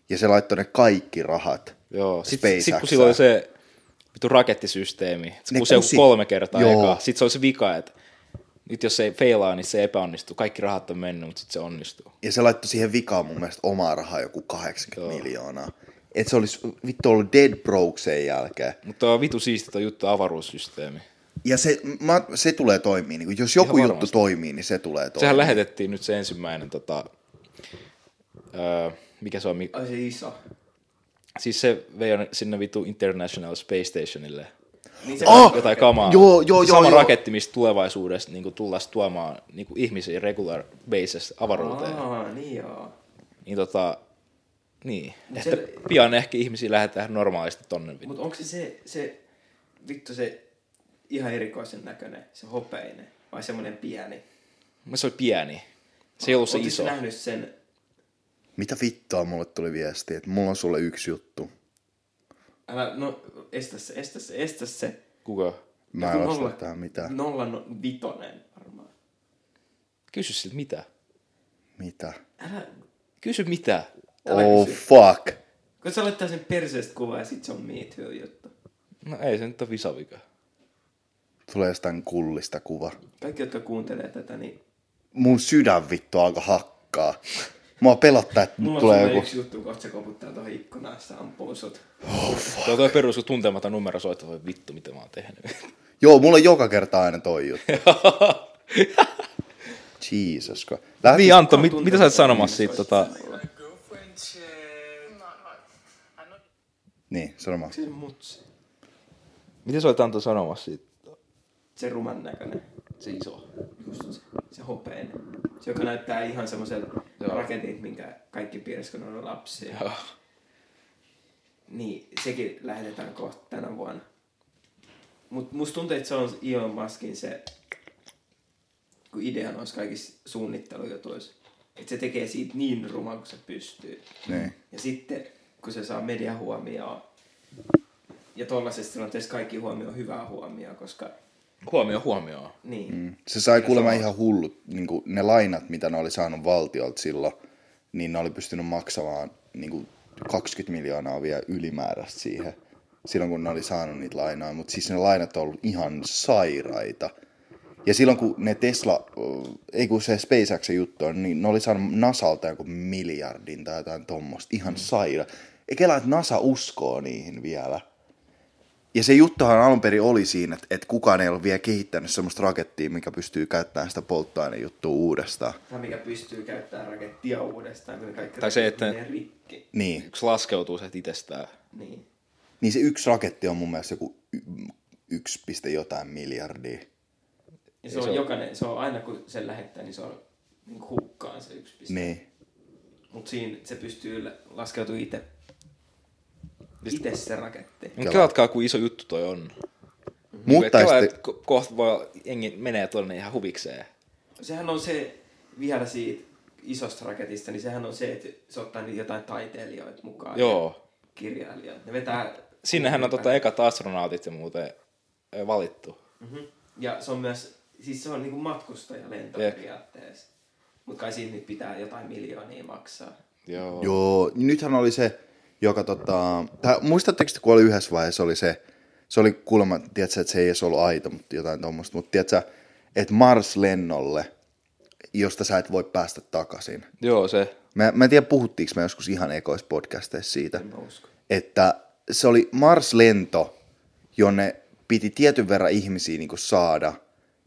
Speaker 2: ja se laittoi ne kaikki rahat
Speaker 3: Joo. Sitten sit,
Speaker 2: SpaceXään.
Speaker 3: kun silloin oli se vitu rakettisysteemi, että se
Speaker 2: Ne
Speaker 3: kusee joku
Speaker 2: kusi.
Speaker 3: kolme kertaa
Speaker 2: Joo.
Speaker 3: eka. Sitten se oli se vika, että nyt jos se ei feilaa, niin se epäonnistuu. Kaikki rahat on mennyt, mutta sitten se onnistuu.
Speaker 2: Ja se laittoi siihen vikaan mun mielestä omaa rahaa joku 80 Joo. miljoonaa. Et se olisi vittu ollut dead broke sen jälkeen.
Speaker 3: Mutta on vitu siisti toi juttu avaruussysteemi.
Speaker 2: Ja se, mä, se tulee toimii. Niin jos joku
Speaker 3: Ihan
Speaker 2: juttu
Speaker 3: varmasti.
Speaker 2: toimii, niin se tulee toimii.
Speaker 3: Sehän lähetettiin nyt se ensimmäinen, tota, öö, mikä se on, mi-
Speaker 4: Ai se iso.
Speaker 3: siis se vei on- sinne vitu International Space Stationille
Speaker 4: Niin se
Speaker 2: Oh!
Speaker 3: jotain kamaa.
Speaker 2: Joo, joo,
Speaker 3: Se
Speaker 2: joo,
Speaker 3: Sama
Speaker 2: joo.
Speaker 3: raketti, mistä tulevaisuudessa niin tullaan tuomaan niin ihmisiä regular basis avaruuteen.
Speaker 4: Aa, niin joo.
Speaker 3: Niin tota, niin.
Speaker 4: Mut
Speaker 3: Että
Speaker 4: se-
Speaker 3: pian ehkä ihmisiä lähetään normaalisti tonne. vittu.
Speaker 4: Mutta onko se, se se, vittu se ihan erikoisen näköinen, se hopeinen, vai semmoinen pieni?
Speaker 3: Mä se oli pieni. Se ei ollut se
Speaker 4: Ootis
Speaker 3: iso.
Speaker 4: nähnyt sen?
Speaker 2: Mitä vittua mulle tuli viesti, että mulla on sulle yksi juttu.
Speaker 4: Älä, no, estä se, estä se, estä se.
Speaker 3: Kuka?
Speaker 2: Mä en
Speaker 4: Joku
Speaker 2: osaa
Speaker 4: nolla-
Speaker 2: tähän mitään.
Speaker 4: Nolla no, vitonen varmaan.
Speaker 3: Kysy siltä mitä?
Speaker 2: Mitä?
Speaker 4: Älä,
Speaker 3: Kysy mitä?
Speaker 2: Oh fuck.
Speaker 4: kun sä laittaa sen perseestä kuvaa ja sit se on me too juttu.
Speaker 3: No ei se nyt on visavika.
Speaker 2: Tulee jostain kullista kuva.
Speaker 4: Kaikki, jotka kuuntelee tätä, niin
Speaker 2: Mun sydän vittu alkaa hakkaa. Mua pelottaa, että
Speaker 4: mulla
Speaker 2: nyt
Speaker 4: on
Speaker 2: tulee
Speaker 4: tulee
Speaker 2: joku...
Speaker 4: yksi juttu, kohta se koputtaa tuohon ikkunaan, ja se ampuu sut.
Speaker 3: Tuo on toi perus, kun tuntematon numero soittaa, voi vittu, mitä mä oon tehnyt. <laughs>
Speaker 2: Joo, mulla on joka kerta aina toi juttu. Jesus. Christ. Lähti...
Speaker 3: niin Antto, mit,
Speaker 4: Tuntuu,
Speaker 3: mitä sä oot
Speaker 4: että on
Speaker 3: sanomassa siitä
Speaker 4: ihmisoikeus-
Speaker 3: tota...
Speaker 1: girlfriend shit. Not much. I know
Speaker 2: Niin, sano vaan.
Speaker 4: Se mutsi.
Speaker 3: Mitä sä oot Antto sanomassa siitä?
Speaker 4: Se ruman näköinen.
Speaker 3: Se iso.
Speaker 4: Just se, se hopeinen. Se, joka näyttää ihan semmoiselta raketit, minkä kaikki piirissä, kun on lapsia.
Speaker 3: Joo.
Speaker 4: Niin, sekin lähetetään kohta tänä vuonna. Mut musta tuntuu, että se on Elon Muskin se, kun idea noissa kaikissa suunnittelujutuissa. Että se tekee siitä niin ruman kuin se pystyy.
Speaker 2: Niin.
Speaker 4: Ja sitten, kun se saa media huomioon, ja tuollaisessa tilanteessa kaikki huomio on hyvää huomioa, koska
Speaker 3: Huomio huomioon.
Speaker 4: niin, mm.
Speaker 2: Mm. Se sai kuulemma ihan hullut, niin kuin ne lainat, mitä ne oli saanut valtiolta silloin, niin ne oli pystynyt maksamaan niin kuin 20 miljoonaa vielä ylimääräistä siihen, silloin kun ne oli saanut niitä lainoja. Mutta siis ne lainat on ollut ihan sairaita. Ja silloin kun ne Tesla, ei kun se SpaceXin juttu on, niin ne oli saanut NASAlta joku miljardin tai jotain tommosta. Ihan mm. saira. Ei kelaa, että NASA uskoo niihin vielä. Ja se juttuhan alun perin oli siinä, että, että kukaan ei ollut vielä kehittänyt semmoista rakettia, mikä pystyy käyttämään sitä polttoainejuttua uudestaan.
Speaker 4: tai mikä pystyy käyttämään rakettia uudestaan, kun ne kaikki
Speaker 3: Tai se,
Speaker 4: raketit
Speaker 3: että-
Speaker 4: menee rikki.
Speaker 2: Niin.
Speaker 3: Yksi laskeutuu se itsestään.
Speaker 4: Niin.
Speaker 2: Niin se yksi raketti on mun mielestä joku y- yksi piste jotain miljardia.
Speaker 4: Ja se, on, jokainen, se on aina kun sen lähettää, niin se on niin kuin hukkaan se yksi piste.
Speaker 2: Niin.
Speaker 4: Mutta siinä se pystyy lä- laskeutumaan itse. Itse se raketti.
Speaker 3: Mutta Niin kelatkaa, kuin iso juttu toi on.
Speaker 2: Mutta
Speaker 3: Kelaa,
Speaker 2: sitten,
Speaker 3: että ko- kohta voi jengi menee tuonne ihan huvikseen.
Speaker 4: Sehän on se, vielä siitä isosta raketista, niin sehän on se, että se ottaa niitä jotain taiteilijoita mukaan.
Speaker 3: Joo.
Speaker 4: Kirjailijat. Ne vetää...
Speaker 3: Sinnehän on tota ekat astronautit ja muuten ö, valittu.
Speaker 4: Mhm. Ja se on myös, siis se on niinku matkustajalento
Speaker 3: Jep.
Speaker 4: periaatteessa. Mutta kai siinä nyt pitää jotain miljoonia maksaa.
Speaker 3: Joo.
Speaker 2: joo, nythän oli se, joka tota... Tää, muistatteko te, kun oli yhdessä vaiheessa, oli se, se oli kuulemma, tiedätkö, että se ei edes ollut aito, mutta jotain tuommoista, mutta tiedätkö, että Mars-lennolle, josta sä et voi päästä takaisin,
Speaker 3: Joo, se.
Speaker 2: Mä, mä en tiedä, puhuttiinko me joskus ihan ekoissa podcasteissa siitä,
Speaker 4: Mä uskon.
Speaker 2: että se oli Mars-lento, jonne piti tietyn verran ihmisiä niin saada,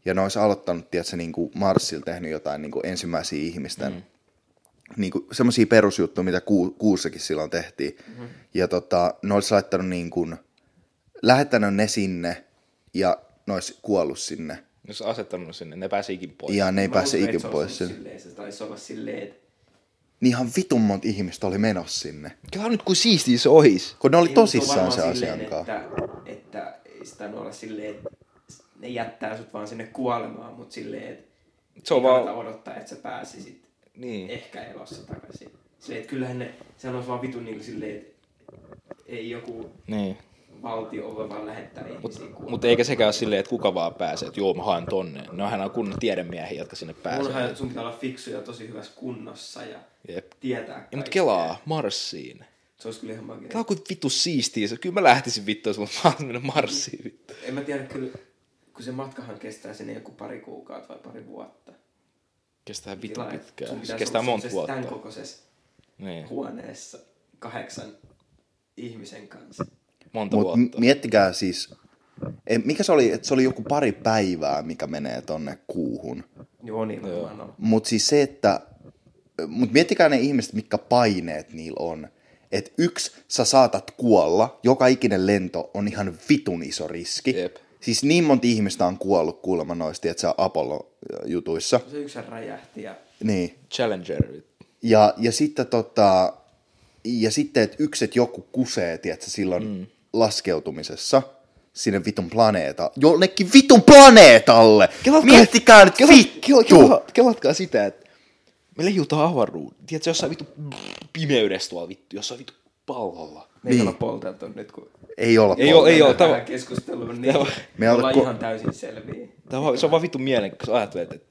Speaker 2: ja ne olisi aloittanut, tiedätkö, niin kuin Marsilla tehnyt jotain niin ensimmäisiä ihmisten, mm. niin semmoisia perusjuttuja, mitä ku, kuussakin silloin tehtiin.
Speaker 4: Mm-hmm.
Speaker 2: Mm. Ja tota, ne olisi laittanut niin kuin, lähettänyt ne sinne, ja ne olisi kuollut sinne,
Speaker 3: Jos asettanut sinne, ne pääsikin pois.
Speaker 2: ja ne ei
Speaker 4: Mä
Speaker 2: pääse
Speaker 4: uskon, että
Speaker 2: ikin
Speaker 4: se on
Speaker 2: pois
Speaker 4: silleen-
Speaker 2: sinne.
Speaker 4: Se taisi olla silleen, että
Speaker 2: Niin ihan vitun monta ihmistä oli menossa sinne.
Speaker 3: Kelaa nyt, kuin siistiä se ohis.
Speaker 2: Kun ne oli
Speaker 4: Ei, mutta on
Speaker 2: tosissaan se
Speaker 4: varmaan
Speaker 2: asian
Speaker 4: silleen,
Speaker 2: kanssa.
Speaker 4: Että, että ei sitä voi olla silleen, että ne jättää sut vaan sinne kuolemaan, mutta silleen, että
Speaker 3: Se on
Speaker 4: ei kannata
Speaker 3: vaan...
Speaker 4: odottaa, että sä pääsisit
Speaker 3: Niin.
Speaker 4: ehkä elossa takaisin. Silleen, että kyllähän ne, sehän olisi vaan vitun niin kuin silleen, että ei joku
Speaker 3: Niin.
Speaker 4: valtio voi vaan lähettää ihmisiä kuolemaan.
Speaker 3: Mutta eikä sekään ole silleen, että kuka vaan pääsee, että joo mä haen tonne. Ne onhan on kunnon tiedemiehiä, jotka sinne pääsee.
Speaker 4: Munhan sun pitää olla fiksu ja tosi hyvässä kunnossa ja
Speaker 3: Jep.
Speaker 4: tietää
Speaker 3: Ja mut
Speaker 4: kaikkea.
Speaker 3: kelaa, Marsiin.
Speaker 4: Se olisi kyllä ihan magia.
Speaker 3: Tää on kuin vittu siistiä se. Kyllä mä lähtisin vittu, jos mulla on mahdollisuus mennä Marsiin vittu.
Speaker 4: En mä tiedä kyllä, kun se matkahan kestää sinne joku pari kuukautta vai pari vuotta.
Speaker 3: Kestää vittu
Speaker 4: Tilanne, että sun
Speaker 3: pitkään. Se
Speaker 4: pitäisi
Speaker 3: kestää
Speaker 4: olla
Speaker 3: monta
Speaker 4: semmoisessa
Speaker 3: vuotta.
Speaker 4: Tämän kokoisessa
Speaker 3: Niin,
Speaker 4: huoneessa kahdeksan ihmisen kanssa.
Speaker 3: monta
Speaker 2: Mut
Speaker 3: vuotta.
Speaker 2: m- miettikää siis, e, mikä se oli, että se oli joku pari päivää, mikä menee tonne kuuhun.
Speaker 4: Joo, niin varmaan on.
Speaker 2: Mutta siis se, että, mut miettikää ne ihmiset, mitkä paineet niillä on. Että yksi, sä saatat kuolla, joka ikinen lento on ihan vitun iso riski.
Speaker 3: Jep.
Speaker 2: Siis niin monta ihmistä on kuollut kuulemma noista, että se Apollo-jutuissa.
Speaker 4: Se yksi räjähti ja
Speaker 2: Niin.
Speaker 3: Challenger vittu.
Speaker 2: Ja, ja sitten tota, ja sitten, että ykset joku kusee, tiedätkö, silloin mm. laskeutumisessa sinne vitun planeeta, jollekin vitun planeetalle!
Speaker 3: Kelatkaa-
Speaker 2: Miettikää nyt vittu!
Speaker 3: Kelatkaa sitä, että me leijutaan avaruuteen. Tiedätkö, jossain vittu pimeydessä tuolla vittu, jossain vittu pallolla.
Speaker 4: me ei olla polteltu nyt, kun
Speaker 2: Ei olla
Speaker 3: No Ei oo, ei oo. Tää-
Speaker 4: tämä keskustelu, niin
Speaker 3: Tää-
Speaker 2: Me
Speaker 4: me ollaan
Speaker 2: alko-
Speaker 4: ihan täysin selviä.
Speaker 3: Tämä on, se on vaan vittu mielenkiintoista, kun sä ajattelet, että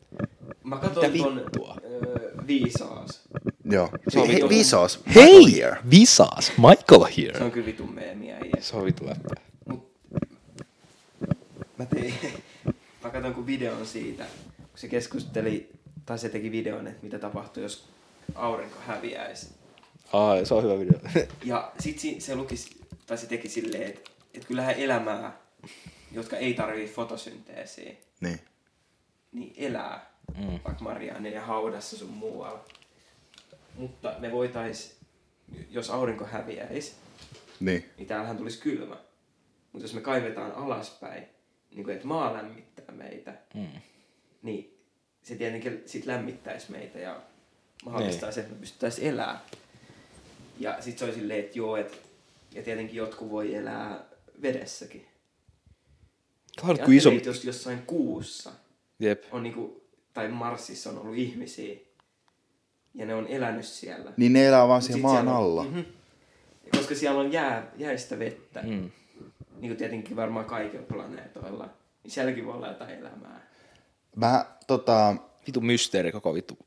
Speaker 4: Mä katson
Speaker 3: Mitä
Speaker 4: ton
Speaker 3: vittua?
Speaker 4: öö, viisaas.
Speaker 2: Joo.
Speaker 3: Se on
Speaker 2: Hei,
Speaker 3: vitun-
Speaker 2: viisaus. Here.
Speaker 3: Visas, Michael
Speaker 4: Se
Speaker 3: here.
Speaker 4: on kyllä vitun meemiä. ei edes.
Speaker 3: Se on vittu läppää.
Speaker 4: Mut mä tein, <laughs> mä katsoin kun videon siitä, kun se keskusteli, tai se teki videon, että mitä tapahtuu, jos aurinko häviäisi.
Speaker 3: Ai, se on hyvä <laughs> video.
Speaker 4: Ja sit si- se luki, tai se teki silleen, että et kyllähän elämää, jotka ei tarvii fotosynteesiä,
Speaker 2: Niin.
Speaker 4: niin elää, mm. vaikka Marianen ja haudassa sun muualla. Mutta me voitais, jos aurinko häviäisi,
Speaker 2: Niin.
Speaker 4: niin täällähän tulisi kylmä. Mutta jos me kaivetaan alaspäin, niin kuin, että maa lämmittää meitä,
Speaker 3: Mm.
Speaker 4: niin se tietenkin sit lämmittäisi meitä ja
Speaker 3: Niin.
Speaker 4: mahdollistaisi, sen, että me pystyttäisiin elämään. Ja sit se oli silleen, että joo, et, ja tietenkin jotkut voi elää vedessäkin.
Speaker 3: Tämä on nyt
Speaker 4: Ja
Speaker 3: kuin iso...
Speaker 4: ajattelin, että jos jossain kuussa
Speaker 3: Jep.
Speaker 4: on niinku, tai Marsissa on ollut ihmisiä, ja ne on elänyt siellä.
Speaker 2: Niin ne elää vaan
Speaker 4: Mut
Speaker 2: siellä
Speaker 4: sit
Speaker 2: maan
Speaker 4: siellä on- Mhm.
Speaker 2: alla.
Speaker 4: Koska siellä on jää, jäistä vettä, mm.
Speaker 3: Mm.
Speaker 4: niin kuin tietenkin varmaan kaikilla planeetoilla. Niin sielläkin voi olla jotain elämää.
Speaker 2: Mä, tota,
Speaker 3: Vitu mysteeri koko vittu,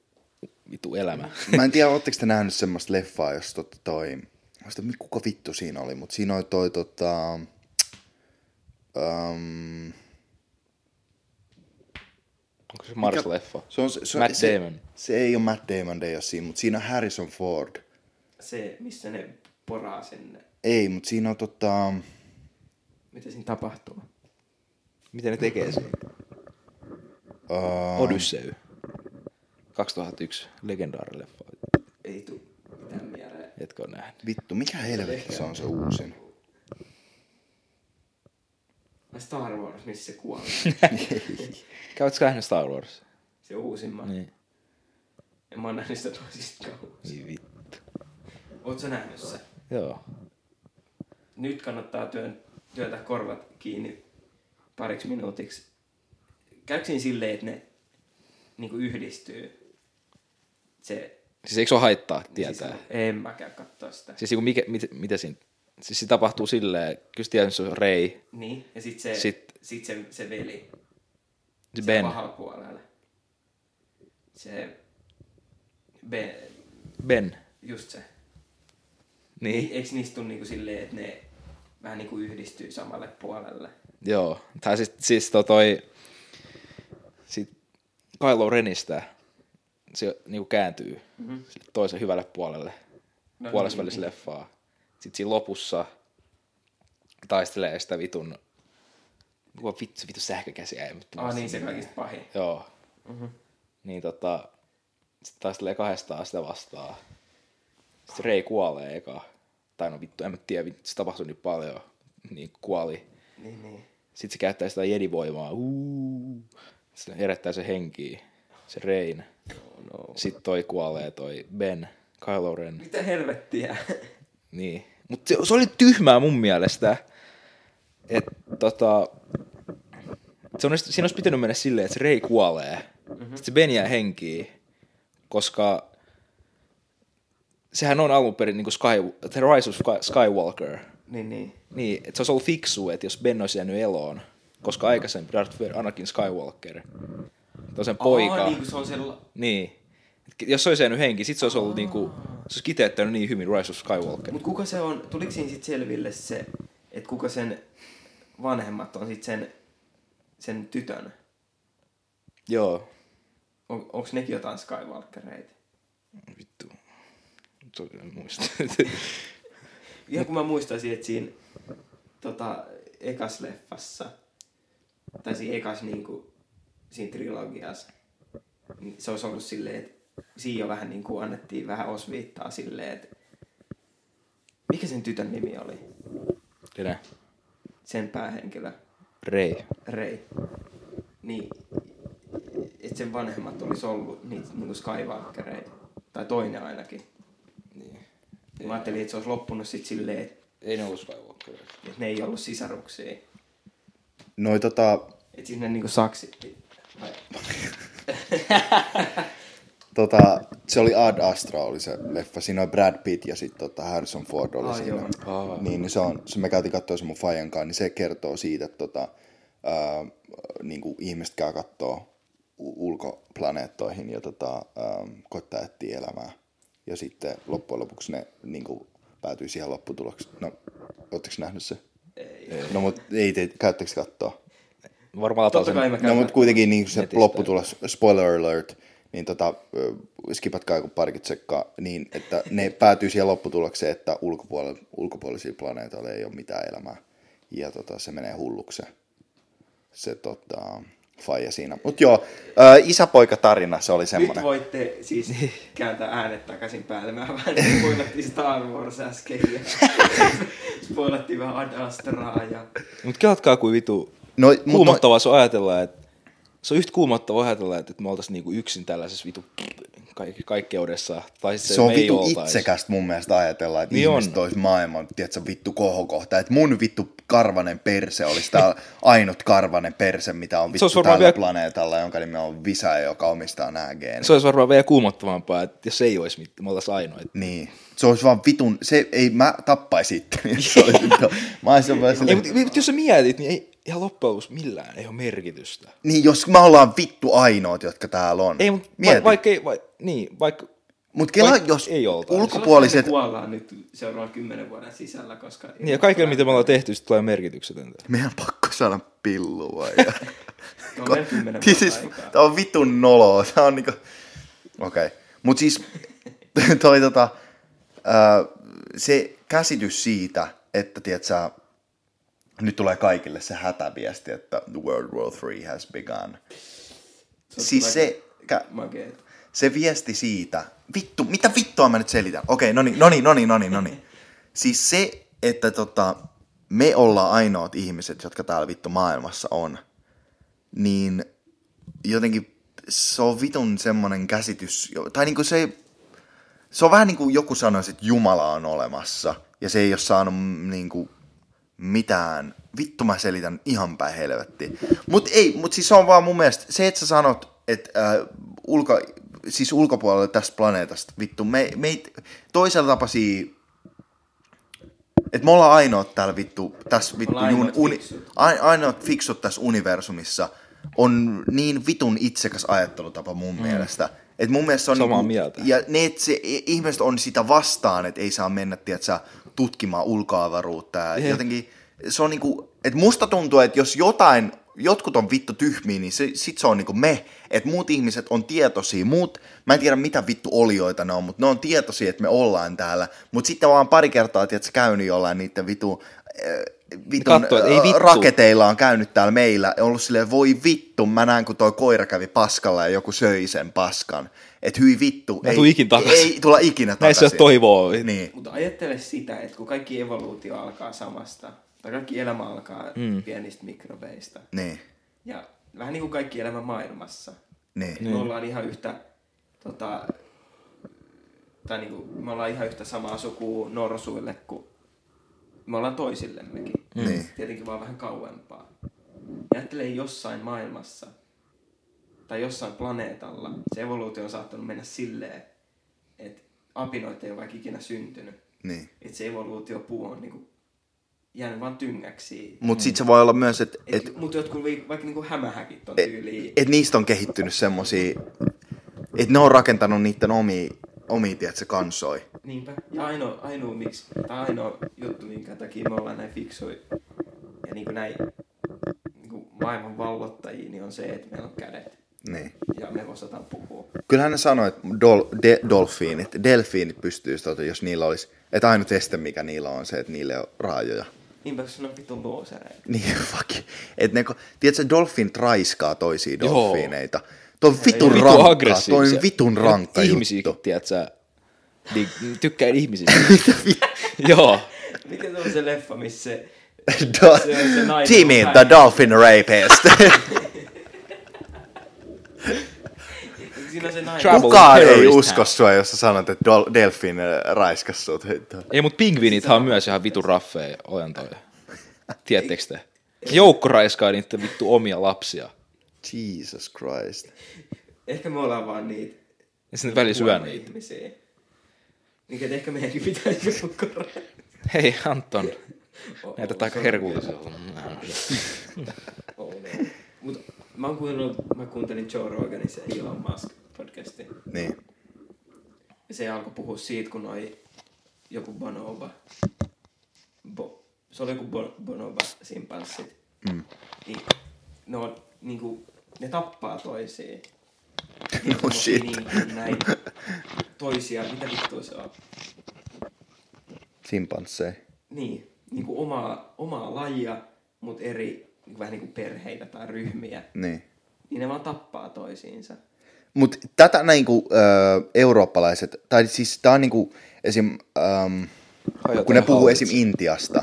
Speaker 3: vittu elämä.
Speaker 2: mä en tiedä, ootteko te nähnyt semmoista leffaa, jos tota toi... Mä sitä, kuka vittu siinä oli, mutta siinä oli toi tota... Um,
Speaker 3: Onko se Mars-leffa?
Speaker 2: se on, se, se,
Speaker 3: Matt
Speaker 2: se,
Speaker 3: Damon.
Speaker 2: Se ei ole Matt Damon, ei ole siinä, mutta siinä on Harrison Ford.
Speaker 4: Se, missä ne poraa sen,
Speaker 2: Ei, mutta siinä on tota...
Speaker 4: mitä siinä tapahtuu.
Speaker 3: Miten ne tekee sen?
Speaker 2: Uh,
Speaker 3: Odyssey. 2001. Legendaarinen leffa.
Speaker 4: Ei tuu mitään mieleen.
Speaker 3: Etkö ole nähnyt?
Speaker 2: vittu, mikä helvetti se on se uusin?
Speaker 4: Vai Star Wars, missä se <laughs> kuolee.
Speaker 3: Käytkö nähnyt Star Wars?
Speaker 4: se uusimman. Niin.
Speaker 3: Niin.
Speaker 4: En mä oon nähnyt sitä toisista kauan.
Speaker 3: Niin vittu.
Speaker 4: Oot sä nähnyt sen?
Speaker 3: Joo.
Speaker 4: Nyt kannattaa työn, työtä korvat kiinni pariksi minuutiksi. Käykö siinä silleen, että ne niinku yhdistyy? Se
Speaker 3: Siis eikö se ole haittaa tietää?
Speaker 4: Siis, en mäkään katsoa sitä.
Speaker 3: Siis niinku mikä, mit, mitä siinä? Siis se tapahtuu silleen, kyllä se tietysti se on Rei,
Speaker 4: Niin, ja sit se,
Speaker 3: Sit-
Speaker 4: sit, sit se, se veli.
Speaker 3: se Ben,
Speaker 4: Pahalla puolella. Se... Ben,
Speaker 3: Ben.
Speaker 4: just se.
Speaker 3: Niin,
Speaker 4: Eiks niistä tuu niinku silleen, että ne vähän niinku yhdistyy samalle puolelle?
Speaker 3: joo. Tai siis, siis to, toi, sit Kylo Renistä, se niinku kääntyy mm-hmm. toisen hyvälle puolelle, no,
Speaker 4: No
Speaker 3: puolesvälis niin. leffaa. Sitten siinä lopussa taistelee sitä vitun, Kuka vittu, vittu sähkökäsi jäi. mut
Speaker 4: Ah niin, se
Speaker 3: sinne.
Speaker 4: kaikista pahin.
Speaker 3: Joo. Mm-hmm. Niin tota, sit taistelee kahdestaan sitä vastaan. Sitten Rei kuolee eka. Tai no vittu, en mä tiedä, vittu, se tapahtui niin paljon. Niin kuoli.
Speaker 4: Niin, niin.
Speaker 3: Sitten se käyttää sitä jedivoimaa. Uuu. Sitten herättää se henkiin. Se Rein.
Speaker 4: Oh, no.
Speaker 3: Sitten toi kuolee, toi Ben, Kylo Ren.
Speaker 4: Mitä helvettiä?
Speaker 3: Niin. Mutta se, se, oli tyhmää mun mielestä. Et, tota, se on, siinä olisi pitänyt mennä silleen, että se Rei kuolee.
Speaker 4: Mhm.
Speaker 3: Mm-hmm. Sitten se Ben jää henkiin, koska sehän on alun perin niin kuin Sky, The Rise of Sky- Skywalker.
Speaker 4: niin, niin.
Speaker 3: Niin, että se olisi ollut fiksu, että jos Ben olisi jäänyt eloon, koska aikaisemmin Darth Vader, Anakin Skywalker, on sen poika.
Speaker 4: Aa, niin kun se on se... la-
Speaker 3: Niin. Et Jos se olisi jäänyt henki, sit se olisi ollut niinku, se olisi kiteyttänyt niin hyvin Rise of Skywalker.
Speaker 4: Mut kuka se on? Tuliko siinä sit selville se, että kuka sen vanhemmat on sit sen, sen tytön?
Speaker 3: Joo.
Speaker 4: On, onks nekin jotain Skywalkereita?
Speaker 3: Vittu. Se en muista. <laughs>
Speaker 4: Ihan kun mä muistaisin, että siinä tota, ekas leffassa, tai siinä ekas niinku, siinä trilogiassa, niin se olisi ollut silleen, että siinä jo vähän niin kuin annettiin vähän osviittaa silleen, että mikä sen tytön nimi oli?
Speaker 3: Enää.
Speaker 4: Sen päähenkilö,
Speaker 3: Rei.
Speaker 4: Rei. Niin, että sen vanhemmat olisi ollut niitä niinku Skywalkereita, tai toinen ainakin.
Speaker 3: Niin.
Speaker 4: Niin Mä ajattelin, että se olisi loppunut sitten silleen, että
Speaker 3: Ei ne ollut Skywalker.
Speaker 4: että ne ei ollut sisaruksia.
Speaker 2: Noi tota,
Speaker 4: Et siis ne niinku saksitti.
Speaker 2: tota, se oli Ad Astra oli se leffa. Siinä oli Brad Pitt ja sitten tota Harrison Ford oli
Speaker 4: Ah,
Speaker 2: siinä.
Speaker 4: joo.
Speaker 3: Aa.
Speaker 2: Niin, niin se on, se me käytiin katsoa sen mun faijan kanssa, niin se kertoo siitä, että tota, ää, niin kuin ihmiset käy kattoo u- ulkoplaneettoihin ja tota, ää, koittaa etsiä elämää. Ja sitten loppujen lopuksi ne niin kuin, päätyy siihen lopputulokseen. No, ootteko nähnyt se? Ei. No, mutta ei te, käyttekö katsoa?
Speaker 3: Varmaan lataa
Speaker 4: Totta kai
Speaker 3: sen.
Speaker 4: mä
Speaker 2: No,
Speaker 4: käyn.
Speaker 2: mutta kuitenkin niin se
Speaker 3: Netistä.
Speaker 2: lopputulos, spoiler alert, niin tota, ö, skipatkaa joku parikin tsekkaa, niin että ne
Speaker 4: <laughs>
Speaker 2: päätyy siihen lopputulokseen, että ulkopuolella, ulkopuolisilla planeetoilla ei ole mitään elämää. Ja tota, se menee hulluksi se, se tota, faija siinä. Mutta joo, ö, isäpoika-tarina, se oli
Speaker 4: Nyt
Speaker 2: semmoinen.
Speaker 4: voitte siis kääntää äänet takaisin päälle. Mä vähän <laughs> spoilattiin Star Wars äsken ja <laughs> spoilattiin vähän Ad Astraa ja
Speaker 3: Mut kelatkaa kuin vitu.
Speaker 2: No, mut no-
Speaker 3: kuumottavaa se on ajatella, että se on yhtä kuumottavaa ajatella, että me oltaisiin niinku yksin tällaisessa vitu kaikki, kaikkeudessa. Tai sitten
Speaker 2: Se on
Speaker 3: me ei
Speaker 2: vittu
Speaker 3: oltais.
Speaker 2: itsekästä mun mielestä ajatella, että
Speaker 3: Niin
Speaker 2: niin
Speaker 3: on.
Speaker 2: ihmiset olisi maailman, tiedätkö, vittu kohokohta. Että mun vittu karvanen perse olisi
Speaker 3: <laughs>
Speaker 2: tää ainut karvanen perse, mitä on vittu
Speaker 3: olisi
Speaker 2: tällä
Speaker 3: varmaan vielä-
Speaker 2: planeetalla, jonka nimi on Visa, joka omistaa nämä geenit.
Speaker 3: Se olisi varmaan vielä kuumottavampaa, että jos ei olisi mitään, me oltaisiin ainoita.
Speaker 2: Niin. Se olisi vaan vitun, se ei, mä tappaisin itteni, jos se
Speaker 3: <laughs>
Speaker 2: olisi vittu. Mä olisin vaan
Speaker 3: Ei,
Speaker 2: silleen,
Speaker 3: mutta, mutta jos sä mietit, niin ei ihan loppujen lopuksi millään ei ole merkitystä.
Speaker 2: niin jos me ollaan vittu ainoat, jotka täällä on.
Speaker 3: Ei, mutta
Speaker 2: Mieti.
Speaker 3: va, vaikka ei, va, niin, vaikka,
Speaker 2: Mut kela,
Speaker 3: vaikka
Speaker 2: jos
Speaker 3: ei oltaisi.
Speaker 2: ulkopuoliset,
Speaker 4: Me kuollaan nyt seuraavan kymmenen vuoden sisällä, koska...
Speaker 3: niin, ja kaikilla mitä me ollaan tehty, sit tulee merkityksetöntä.
Speaker 2: meidän on pakko saada pillua. Ja...
Speaker 3: <laughs>
Speaker 4: No, meillä on kymmenen
Speaker 2: This is,
Speaker 4: vuotta aikaa.
Speaker 2: Niin siis, tää on vitun noloa. Tää on niinku... Okei. Okay. Mut siis <laughs> toi tota, ää, se käsitys siitä, että tiedätkö, nyt tulee kaikille se hätäviesti, että the world war 3 has begun.
Speaker 4: on
Speaker 2: Siis
Speaker 4: kyllä
Speaker 2: se, kä-
Speaker 4: Makeet.
Speaker 2: se viesti siitä, vittu, mitä vittua mä nyt selitän? Okei, no niin, no niin, no niin, no niin,
Speaker 4: <laughs>
Speaker 2: no niin. Siis se, että tota, me ollaan ainoat ihmiset, jotka täällä vittu maailmassa on, niin jotenkin se on vitun semmonen käsitys, jo- tai niinku se, se on vähän niinku joku sanoisi, että Jumala on olemassa, ja se ei ole saanut mm, niinku mitään, vittu mä selitän ihan päin helvettiin. Mut ei, mut siis se on vaan mun mielestä, se että sä sanot, että äh, ulko, siis ulkopuolella tästä planeetasta, vittu, me, me ei, toisella tapaisia et me ollaan ainoat täällä vittu, tässä vittu,
Speaker 4: ollaan
Speaker 2: jun,
Speaker 4: ainoat
Speaker 2: uni,
Speaker 4: fiksut.
Speaker 2: ai- ainoat fiksut tässä universumissa on niin vitun itsekäs ajattelutapa mun mm. mielestä. Et mun mielestä se on niinku-
Speaker 3: Samaa mieltä.
Speaker 2: Ja ne, et se, i- ihmiset on sitä vastaan, että ei saa mennä, tiedätkö, tutkimaan ulkoavaruutta. Ja jotenkin se on niinku, että musta tuntuu, että jos jotain, jotkut on vittu tyhmiä, niin se, sit se on niinku me. Että muut ihmiset on tietoisia, muut, mä en tiedä mitä vittu olioita ne on, mutta ne on tietoisia, että me ollaan täällä. Mutta sitten vaan pari kertaa, tiedätkö, käynyt jollain eh, niiden vitu vitun
Speaker 3: kattoo, et ei vittu.
Speaker 2: äh, raketeilla on käynyt täällä meillä ja ollut silleen, voi vittu, mä näen kun toi koira kävi paskalla ja joku söi sen paskan. Että hyi vittu.
Speaker 3: Mä en tuu ikin takaisin.
Speaker 2: Ei tulla ikinä takaisin.
Speaker 3: Näissä ei ole toivoa.
Speaker 2: Niin.
Speaker 4: Mutta ajattele sitä, että kun kaikki evoluutio alkaa samasta, tai kaikki elämä alkaa mm. pienistä mikrobeista,
Speaker 2: Niin.
Speaker 4: ja vähän niin kuin kaikki elämä maailmassa,
Speaker 2: Niin.
Speaker 4: niin. me ollaan ihan yhtä, tota, tai niin kuin, me ollaan ihan yhtä samaa sukua norsuille kuin me ollaan toisillemmekin.
Speaker 2: Niin.
Speaker 4: Tietenkin vaan vähän kauempaa. Ja Ajattelee jossain maailmassa tai jossain planeetalla se evoluutio on saattanut mennä silleen, että apinoita ei ole vaikka ikinä syntynyt.
Speaker 2: niin.
Speaker 4: Että se evoluutiopuu on niinku jäänyt vaan tyngäksi.
Speaker 2: Mutta
Speaker 3: Mm.
Speaker 2: sit se voi olla myös, että
Speaker 4: Et,
Speaker 2: et,
Speaker 4: et, mut jotkut vi- vaikka niinku hämähäkit on
Speaker 2: et,
Speaker 4: tyyliin.
Speaker 2: et niistä on kehittynyt semmosia, että ne on rakentanut niiden omia, omia tiedätkö, kansoi.
Speaker 4: Niinpä. Ja ainoa, ainoa, miksi, tai ainoa juttu, minkä takia me ollaan näin fiksuja ja niin kuin näin niin kuin maailman vallottajia, niin on se, että meillä on kädet
Speaker 2: Niin.
Speaker 4: ja me osataan puhua.
Speaker 2: Kyllähän ne sanoi, että dol, de, dolfiinit, delfiinit pystyisi, tota, jos niillä olisi, että ainut este mikä niillä on se, että niillä on raajoja.
Speaker 4: Niinpä kun on vitun
Speaker 2: <laughs>
Speaker 4: luosereita.
Speaker 2: Niin, fuck. Et ne, ko- tiedätkö, dolfinit raiskaa toisia
Speaker 3: Joo.
Speaker 2: dolfiineita. Toi on vitun
Speaker 3: Vitu
Speaker 2: rankka, toi
Speaker 3: aggressiivisia.
Speaker 2: on vitun rankka
Speaker 3: Ihmisiä,
Speaker 2: juttu.
Speaker 3: tiedät sä, niin, tykkää
Speaker 2: <laughs>
Speaker 3: ihmisistä. <laughs> Joo.
Speaker 4: Mikä se on se leffa, missä se... <laughs>
Speaker 2: Do-
Speaker 4: Se on se nainen
Speaker 2: Timmy,
Speaker 4: on
Speaker 2: the dolphin
Speaker 4: <laughs>
Speaker 2: rapist.
Speaker 4: Siinä on se nainen.
Speaker 3: Trap.
Speaker 2: Kukaan ei
Speaker 3: terrorist
Speaker 2: usko
Speaker 3: hack.
Speaker 2: sua, jos sä sanot, että dol- delfin äh, raiskas sut.
Speaker 3: Ei, mutta pingviinithän on myös ihan vitun raffeja olentoja. Tiedättekö te? Joukko raiskaa niitä vittu omia lapsia.
Speaker 2: Jesus Christ.
Speaker 4: Ehkä me ollaan vaan niitä
Speaker 3: Ja sitten väli syö
Speaker 4: huonoja
Speaker 3: niitä.
Speaker 4: ihmisiä. Niin, että ehkä meidänkin pitäisi olla korjaa.
Speaker 3: Hei Anton,
Speaker 4: Oh,
Speaker 3: <laughs> näitä
Speaker 4: oh,
Speaker 3: aika
Speaker 4: se on
Speaker 3: herkullisia.
Speaker 4: Oh, no. Mut mä, oon kuunnellut, mä kuuntelin Joe Roganin se Elon Musk podcastin.
Speaker 2: Niin.
Speaker 4: Ja se alkoi puhua siitä, kun noi joku bonoba. Bo, se oli joku bon, bonoba simpanssit. Mm. Niin, ne on niinku, ne tappaa toisia.
Speaker 2: <laughs> No shit.
Speaker 4: Niin, näin, toisia, mitä vittua se on?
Speaker 2: Simpanssei.
Speaker 4: Niin, niinku omaa, omaa lajia, mut eri, niinku vähän niinku perheitä tai ryhmiä.
Speaker 2: Niin.
Speaker 4: Niin ne vaan tappaa toisiinsa.
Speaker 2: Mutta tätä niinku, ö, eurooppalaiset, tai siis tää on niinku, esim, äm,
Speaker 3: Hajotaan
Speaker 2: kun ne puhuu
Speaker 3: hallitse.
Speaker 2: esim Intiasta,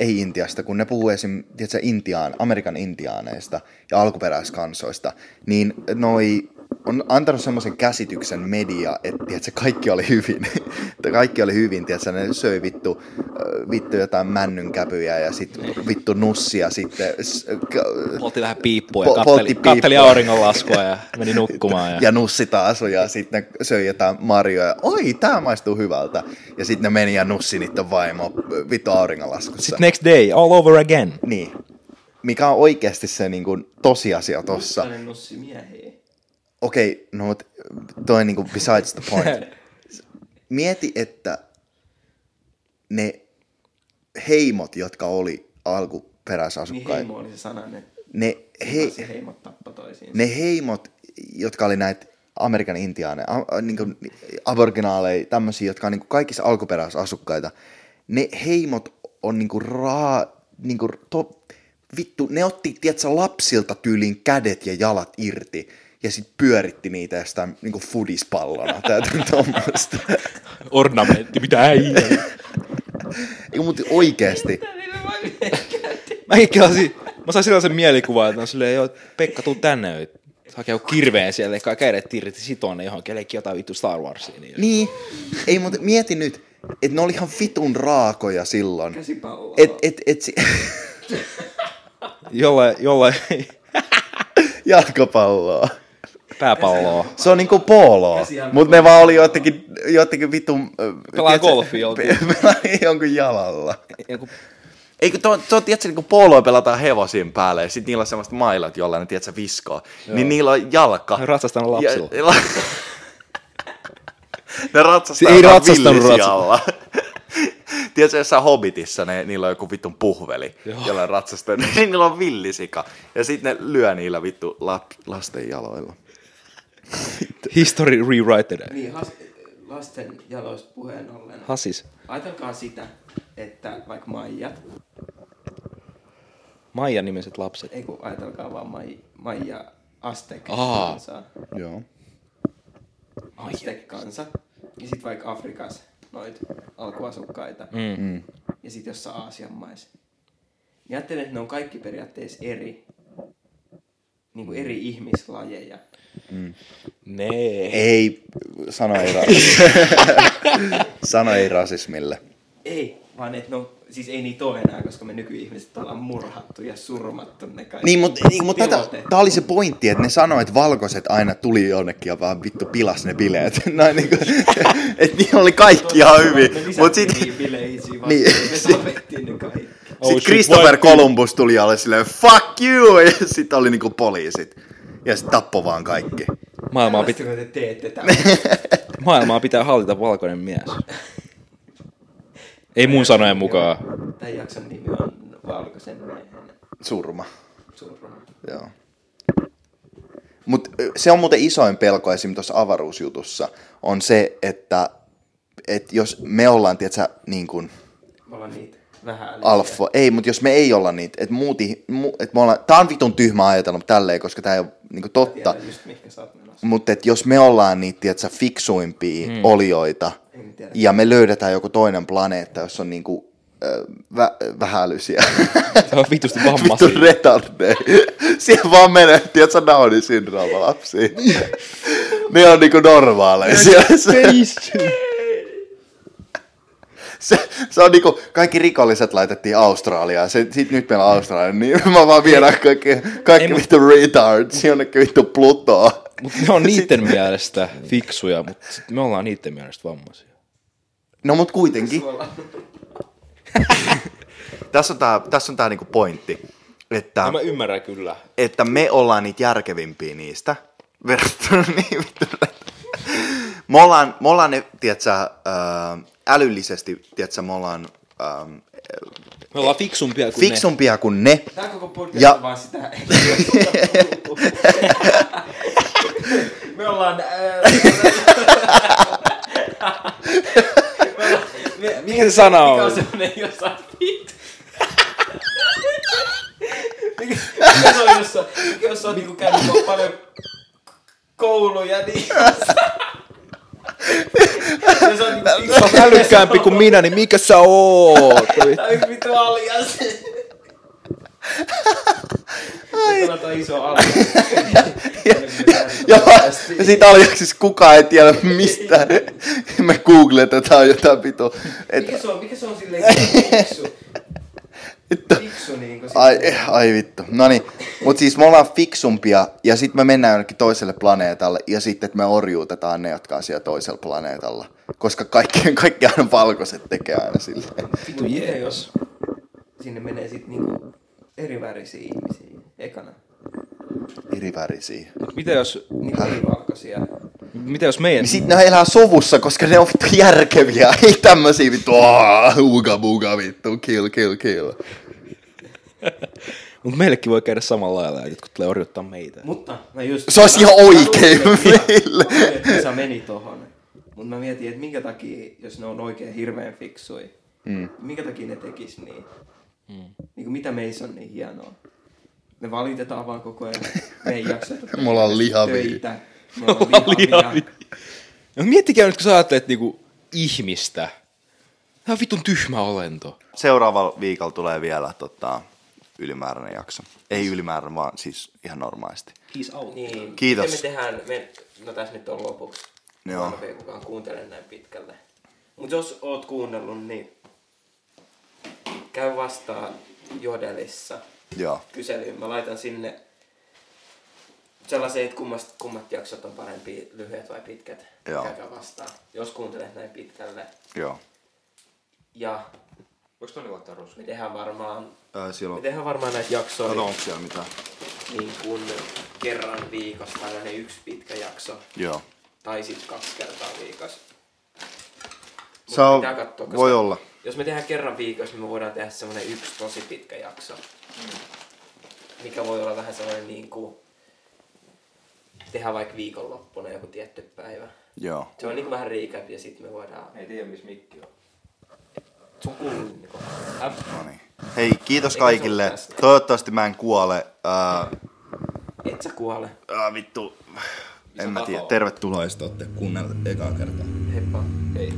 Speaker 2: ei Intiasta, kun ne puhuu esim, tiedätkö, Intiaan, Amerikan intiaaneista ja alkuperäiskansoista, niin noi on antanut semmoisen käsityksen media, että tiedätkö, kaikki oli hyvin. <laughs> Että kaikki oli hyvin, tiedätkö, ne söi vittu, äh, vittu jotain männynkäpyjä ja sitten vittu nussia sitten. s- k-
Speaker 3: Poltti vähän piippua
Speaker 2: Po-
Speaker 3: ja
Speaker 2: poltti
Speaker 3: katteli, katteli
Speaker 2: piippua.
Speaker 3: auringonlaskua ja meni nukkumaan. Ja,
Speaker 2: ja nussi taas ja sitten ne söi jotain marjoja. Oi, tämä maistuu hyvältä. Ja sitten ne meni ja nussi niiden vaimo vittu auringonlaskussa.
Speaker 3: Sitten next day, all over again.
Speaker 2: Niin. Mikä on oikeasti se niin kuin, tosiasia tossa.
Speaker 4: Tällainen nussi miehiä.
Speaker 2: Okei, okay, no mut toi niinku besides the point. Mieti, että ne heimot, jotka oli
Speaker 4: Niin
Speaker 2: alkuperäisasukkaita,
Speaker 4: heimo oli se sananen.
Speaker 2: ne,
Speaker 4: Hei.
Speaker 2: he,
Speaker 4: Se heimot tappa toisiinsa.
Speaker 2: ne heimot, jotka oli näitä Amerikan intiaaneja, niin aboriginaaleja, tämmöisiä, jotka on niin kaikissa alkuperäisasukkaita, ne heimot on niin kuin raa, niin kuin to, vittu, ne otti, tiedätkö, lapsilta tyylin kädet ja jalat irti, ja sitten pyöritti niitä jostain niin kuin fudispallona tai jotain <laughs> tuommoista.
Speaker 3: Ornamentti, mitä äijä.
Speaker 2: Mutta oikeasti,
Speaker 4: <laughs>
Speaker 3: Mäkin kelasin, mä sain sellaisen mielikuvan, että on silleen, joo, Pekka, tuu tänne. nyt. Hakee joku kirveen siellä, eikä kädet irti sitoon ne johonkin, leikin jotain vittu Star Warsia. Niin.
Speaker 2: niin, ei, mutta mieti nyt, että ne oli ihan vitun raakoja silloin.
Speaker 4: Käsipalloa.
Speaker 2: Et, et, et, si- <laughs>
Speaker 3: Jollain, jollain
Speaker 2: jalkapalloa.
Speaker 3: pääpalloa.
Speaker 2: Se on niinku poloa,
Speaker 4: Käsijalka-
Speaker 2: mutta ne vaan oli jotenkin, jotenkin vitun... ö,
Speaker 3: Pelaa
Speaker 2: tiedätkö, <laughs>
Speaker 3: golfia jollakin.
Speaker 2: pe- pelaa jonkun jalalla.
Speaker 3: Joku
Speaker 2: Eikö tuo, tuo tiedätkö, niin kun poloa pelataan hevosin päälle ja sitten niillä on semmoiset mailat, jolla ne, tiedätkö, viskoo. Joo. Niin niillä on jalka.
Speaker 3: Ne ratsastanut lapsilla.
Speaker 2: Ja, <laughs> la- ne ratsastaa
Speaker 3: Ei
Speaker 2: ei
Speaker 3: ratsastanut
Speaker 2: ratsastanut villisijalla. <laughs> tiedätkö, jossain Hobbitissa ne, niillä on joku vittun puhveli, Joo. jolla ne ratsastaa. <laughs> Niin niillä on villisika. Ja sitten ne lyö niillä vittu lap, lasten jaloilla.
Speaker 3: history rewrited.
Speaker 4: Niin, has, lasten jaloista puheen ollen.
Speaker 3: Hasis.
Speaker 4: Ajatelkaa sitä, että vaikka Maijat,
Speaker 3: Maijan nimiset lapset.
Speaker 4: ei kun ajatelkaa vaan Mai, Maija Aztek
Speaker 3: Aa.
Speaker 4: kansaa.
Speaker 2: Joo.
Speaker 4: Aztek kansa. Ja sit vaikka Afrikas noit alkuasukkaita.
Speaker 3: Mm.
Speaker 4: Ja sit jossain Aasian maissa. Niin ajattelen, että ne on kaikki periaatteessa eri. Niinku eri ihmislajeja.
Speaker 3: Nee.
Speaker 2: Ei, sano ei rasismille. sano ei rasismille.
Speaker 4: Ei, vaan että no, siis ei niitä ole enää, koska me nykyihmiset ollaan murhattu ja surmattu ne kaikki.
Speaker 2: Niin, mutta niin, mut tätä,
Speaker 4: Tilanteet.
Speaker 2: tää oli se pointti, että ne sanoi, että valkoiset aina tuli jonnekin ja vaan vittu pilas ne bileet. <laughs> Näin niinku, että niillä oli kaikki ihan hyvin. Mut sit,
Speaker 4: Niin, bileisiin vaan,
Speaker 2: Niin.
Speaker 4: me tapettiin ne kaikki.
Speaker 3: Oh
Speaker 2: sit
Speaker 3: shit,
Speaker 2: Christopher
Speaker 3: white people.
Speaker 2: Columbus tuli ja oli silleen, fuck you! <laughs> Ja sit oli niinku poliisit. Ja sit tappoi vaan kaikki.
Speaker 3: Maailmaa, pit-
Speaker 4: Tällaistako te teette tämmöistä?
Speaker 3: maailmaa pitää hallita valkoinen mies. <laughs> Ei mun sanojen mukaan.
Speaker 4: Tämän jakson nimi on Valkoisen miehen
Speaker 2: Surma.
Speaker 4: surma.
Speaker 2: Joo. Mut ö, se on muuten isoin pelko esim. tuossa avaruusjutussa, on se, että et jos me ollaan, tiedätkö, niin kuin
Speaker 4: Me ollaan niitä vähän älyksiä.
Speaker 2: alfa, ei, mutta jos me ei olla niitä, että muuti, mu, et me ollaan, tää on vitun tyhmä ajatella tälleen, koska tää ei ole niinku totta,
Speaker 4: Tiedän just mihinkä sä oot menossa.
Speaker 2: mutta et jos me ollaan niitä, tiedätkö, fiksuimpia mm. olioita,
Speaker 4: En tiedä.
Speaker 2: ja me löydetään joku toinen planeetta, jossa on niinku ö, vä- <laughs> vähälysiä.
Speaker 3: Se on vitusti
Speaker 2: Vittu
Speaker 3: vammaisia.
Speaker 2: retardeja. Siellä vaan menee, tiedätkö, Downin syndrooma lapsi. ne on niinku normaaleja siellä. Se, se, se, on niinku, kaikki rikolliset laitettiin Australiaan. Se, sit nyt meillä on Australia, niin mä vaan viedään kaikki,
Speaker 3: Ei,
Speaker 2: kaikki
Speaker 3: mut-
Speaker 2: vittu retards jonnekin vittu Plutoa.
Speaker 3: Mut ne on niiden mielestä fiksuja, mutta me ollaan niiden mielestä vammaisia.
Speaker 2: No mut kuitenkin. tässä on tää, tässä on tää niinku pointti, että,
Speaker 3: No mä ymmärrän kyllä.
Speaker 2: että me ollaan niitä järkevimpiä niistä. Verrattuna <laughs> niin vittu. Me ollaan, me ollaan ne, tiedätkö, ää, älyllisesti, tiedätkö, me ollaan ää,
Speaker 3: Me ollaan fiksumpia kuin
Speaker 2: fiksumpia kuin ne.
Speaker 4: Tää koko podcast
Speaker 2: Ja-
Speaker 4: on vaan <laughs> sitä. me ollaan... Ää... me ollaan me,
Speaker 3: Mikä se sana on?
Speaker 4: Mikä on semmonen, jossa <laughs> pit? mikä, mikä se on, jossa, mikä jos sä oot niinku käynyt ko- paljon kouluja, <laughs> niin... Ja sä oot niinku
Speaker 3: ne. Sä oot älykkäämpi kuin minä, niin mikä sä <laughs> oot?
Speaker 4: Tää on vittu alias. Ai. Tämä on iso alias.
Speaker 2: Ja, ja siitä oli siis kukaan ei tiedä mistä. Me googletetaan jotain vitu. Et,
Speaker 4: Mikä se on, mikä se on silleen fiksu?
Speaker 2: että,
Speaker 4: Fiksu niinku sit-
Speaker 2: ai, ai vittu. No niin. Mut siis me ollaan fiksumpia ja sitten me mennään jonnekin toiselle planeetalle ja sitten että me orjuutetaan ne, jotka on siellä toisella planeetalla. Koska kaikki, kaikki aina valkoiset tekee aina silleen.
Speaker 4: Mut miten jos sinne menee sit niinku eri värisiä ihmisiä ekana?
Speaker 2: Irivärisiä.
Speaker 3: Mitä jos,
Speaker 4: Niin ei valkoisia.
Speaker 3: mitä jos meidän...
Speaker 2: Niin sit ne elää sovussa, koska ne on vittu järkeviä. <laughs> Ei tämmösiä vittu, aah, uga buga vittu, kill, kill, kill.
Speaker 3: Mutta meillekin voi käydä samalla lailla, ja jotkut tulee orjuttaa meitä.
Speaker 4: Mutta mä just...
Speaker 2: Se olisi
Speaker 4: mä-
Speaker 2: ihan
Speaker 4: mä luulin,
Speaker 2: <laughs> oikein
Speaker 4: että-
Speaker 2: meille.
Speaker 4: mä luulin, että sä meni tohon. Mut mä mietin, että minkä takia, jos ne on oikein hirveän fiksui, mm. minkä takia ne tekis niin? Mm. Niinku mitä meissä on niin hienoa? Me valitetaan vaan koko ajan. Me ei
Speaker 2: <laughs>
Speaker 4: jakseta
Speaker 2: Me ollaan lihavia.
Speaker 4: töitä. Me ollaan lihavia.
Speaker 3: No miettikää nyt, kun sä ajattelet niinku ihmistä. Tämä on vitun tyhmä olento.
Speaker 2: Seuraavalla viikolla tulee vielä tota, ylimääräinen jakso. Ei ylimääräinen, vaan siis ihan normaalisti.
Speaker 3: Peace out.
Speaker 4: Niin.
Speaker 2: Kiitos.
Speaker 4: Miten me tehdään, me, no tässä nyt on lopuksi.
Speaker 2: Joo.
Speaker 4: Mä en kukaan kuuntele näin pitkälle. Mut jos oot kuunnellut, niin käy vastaan Jodelissa
Speaker 2: Joo.
Speaker 4: kyselyyn. Mä laitan sinne sellaisen, että kummast, kummat jaksot on parempi, lyhyet vai pitkät.
Speaker 2: Joo.
Speaker 4: Käykää vastaan, jos kuuntelet näin pitkälle.
Speaker 2: Joo.
Speaker 4: Ja
Speaker 3: Voiko Toni laittaa ruusuun?
Speaker 4: me tehdään varmaan,
Speaker 2: Ää, siellä
Speaker 4: me
Speaker 2: on...
Speaker 4: tehdään varmaan näitä jaksoja.
Speaker 2: Kato, onko siellä mitään?
Speaker 4: niin kuin kerran viikossa tällainen yksi pitkä jakso.
Speaker 2: Joo.
Speaker 4: Tai sitten kaksi kertaa viikossa. Mut
Speaker 2: Se on,
Speaker 4: pitää katsoa, koska
Speaker 2: voi olla.
Speaker 4: Jos me tehdään kerran viikossa, niin me voidaan tehdä semmoinen yksi tosi pitkä jakso. Mikä voi olla vähän sellainen niin kuin... Tehdään vaikka viikonloppuna joku tietty päivä.
Speaker 2: Joo.
Speaker 4: Se on niin kuin vähän recap ja sitten me voidaan...
Speaker 3: Ei tiedä, missä mikki on.
Speaker 4: Sun kuuluu niin kuin... Häp.
Speaker 2: No niin. Hei, kiitos
Speaker 4: Eikä
Speaker 2: kaikille.
Speaker 4: sun tästä.
Speaker 2: Toivottavasti mä en kuole. Ää,
Speaker 4: Et sä kuole.
Speaker 2: ää, vittu. En mä tiedä. Tervetuloa, jos te ootte kuunnelleet ekaa kertaa.
Speaker 4: Heippa. Hei.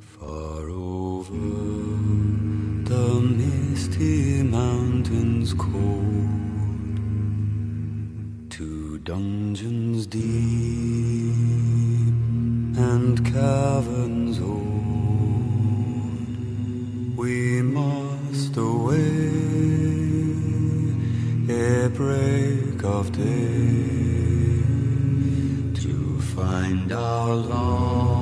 Speaker 5: Far over the misty mountains cold, to dungeons deep and caverns old, we must away ere break of day to find our long.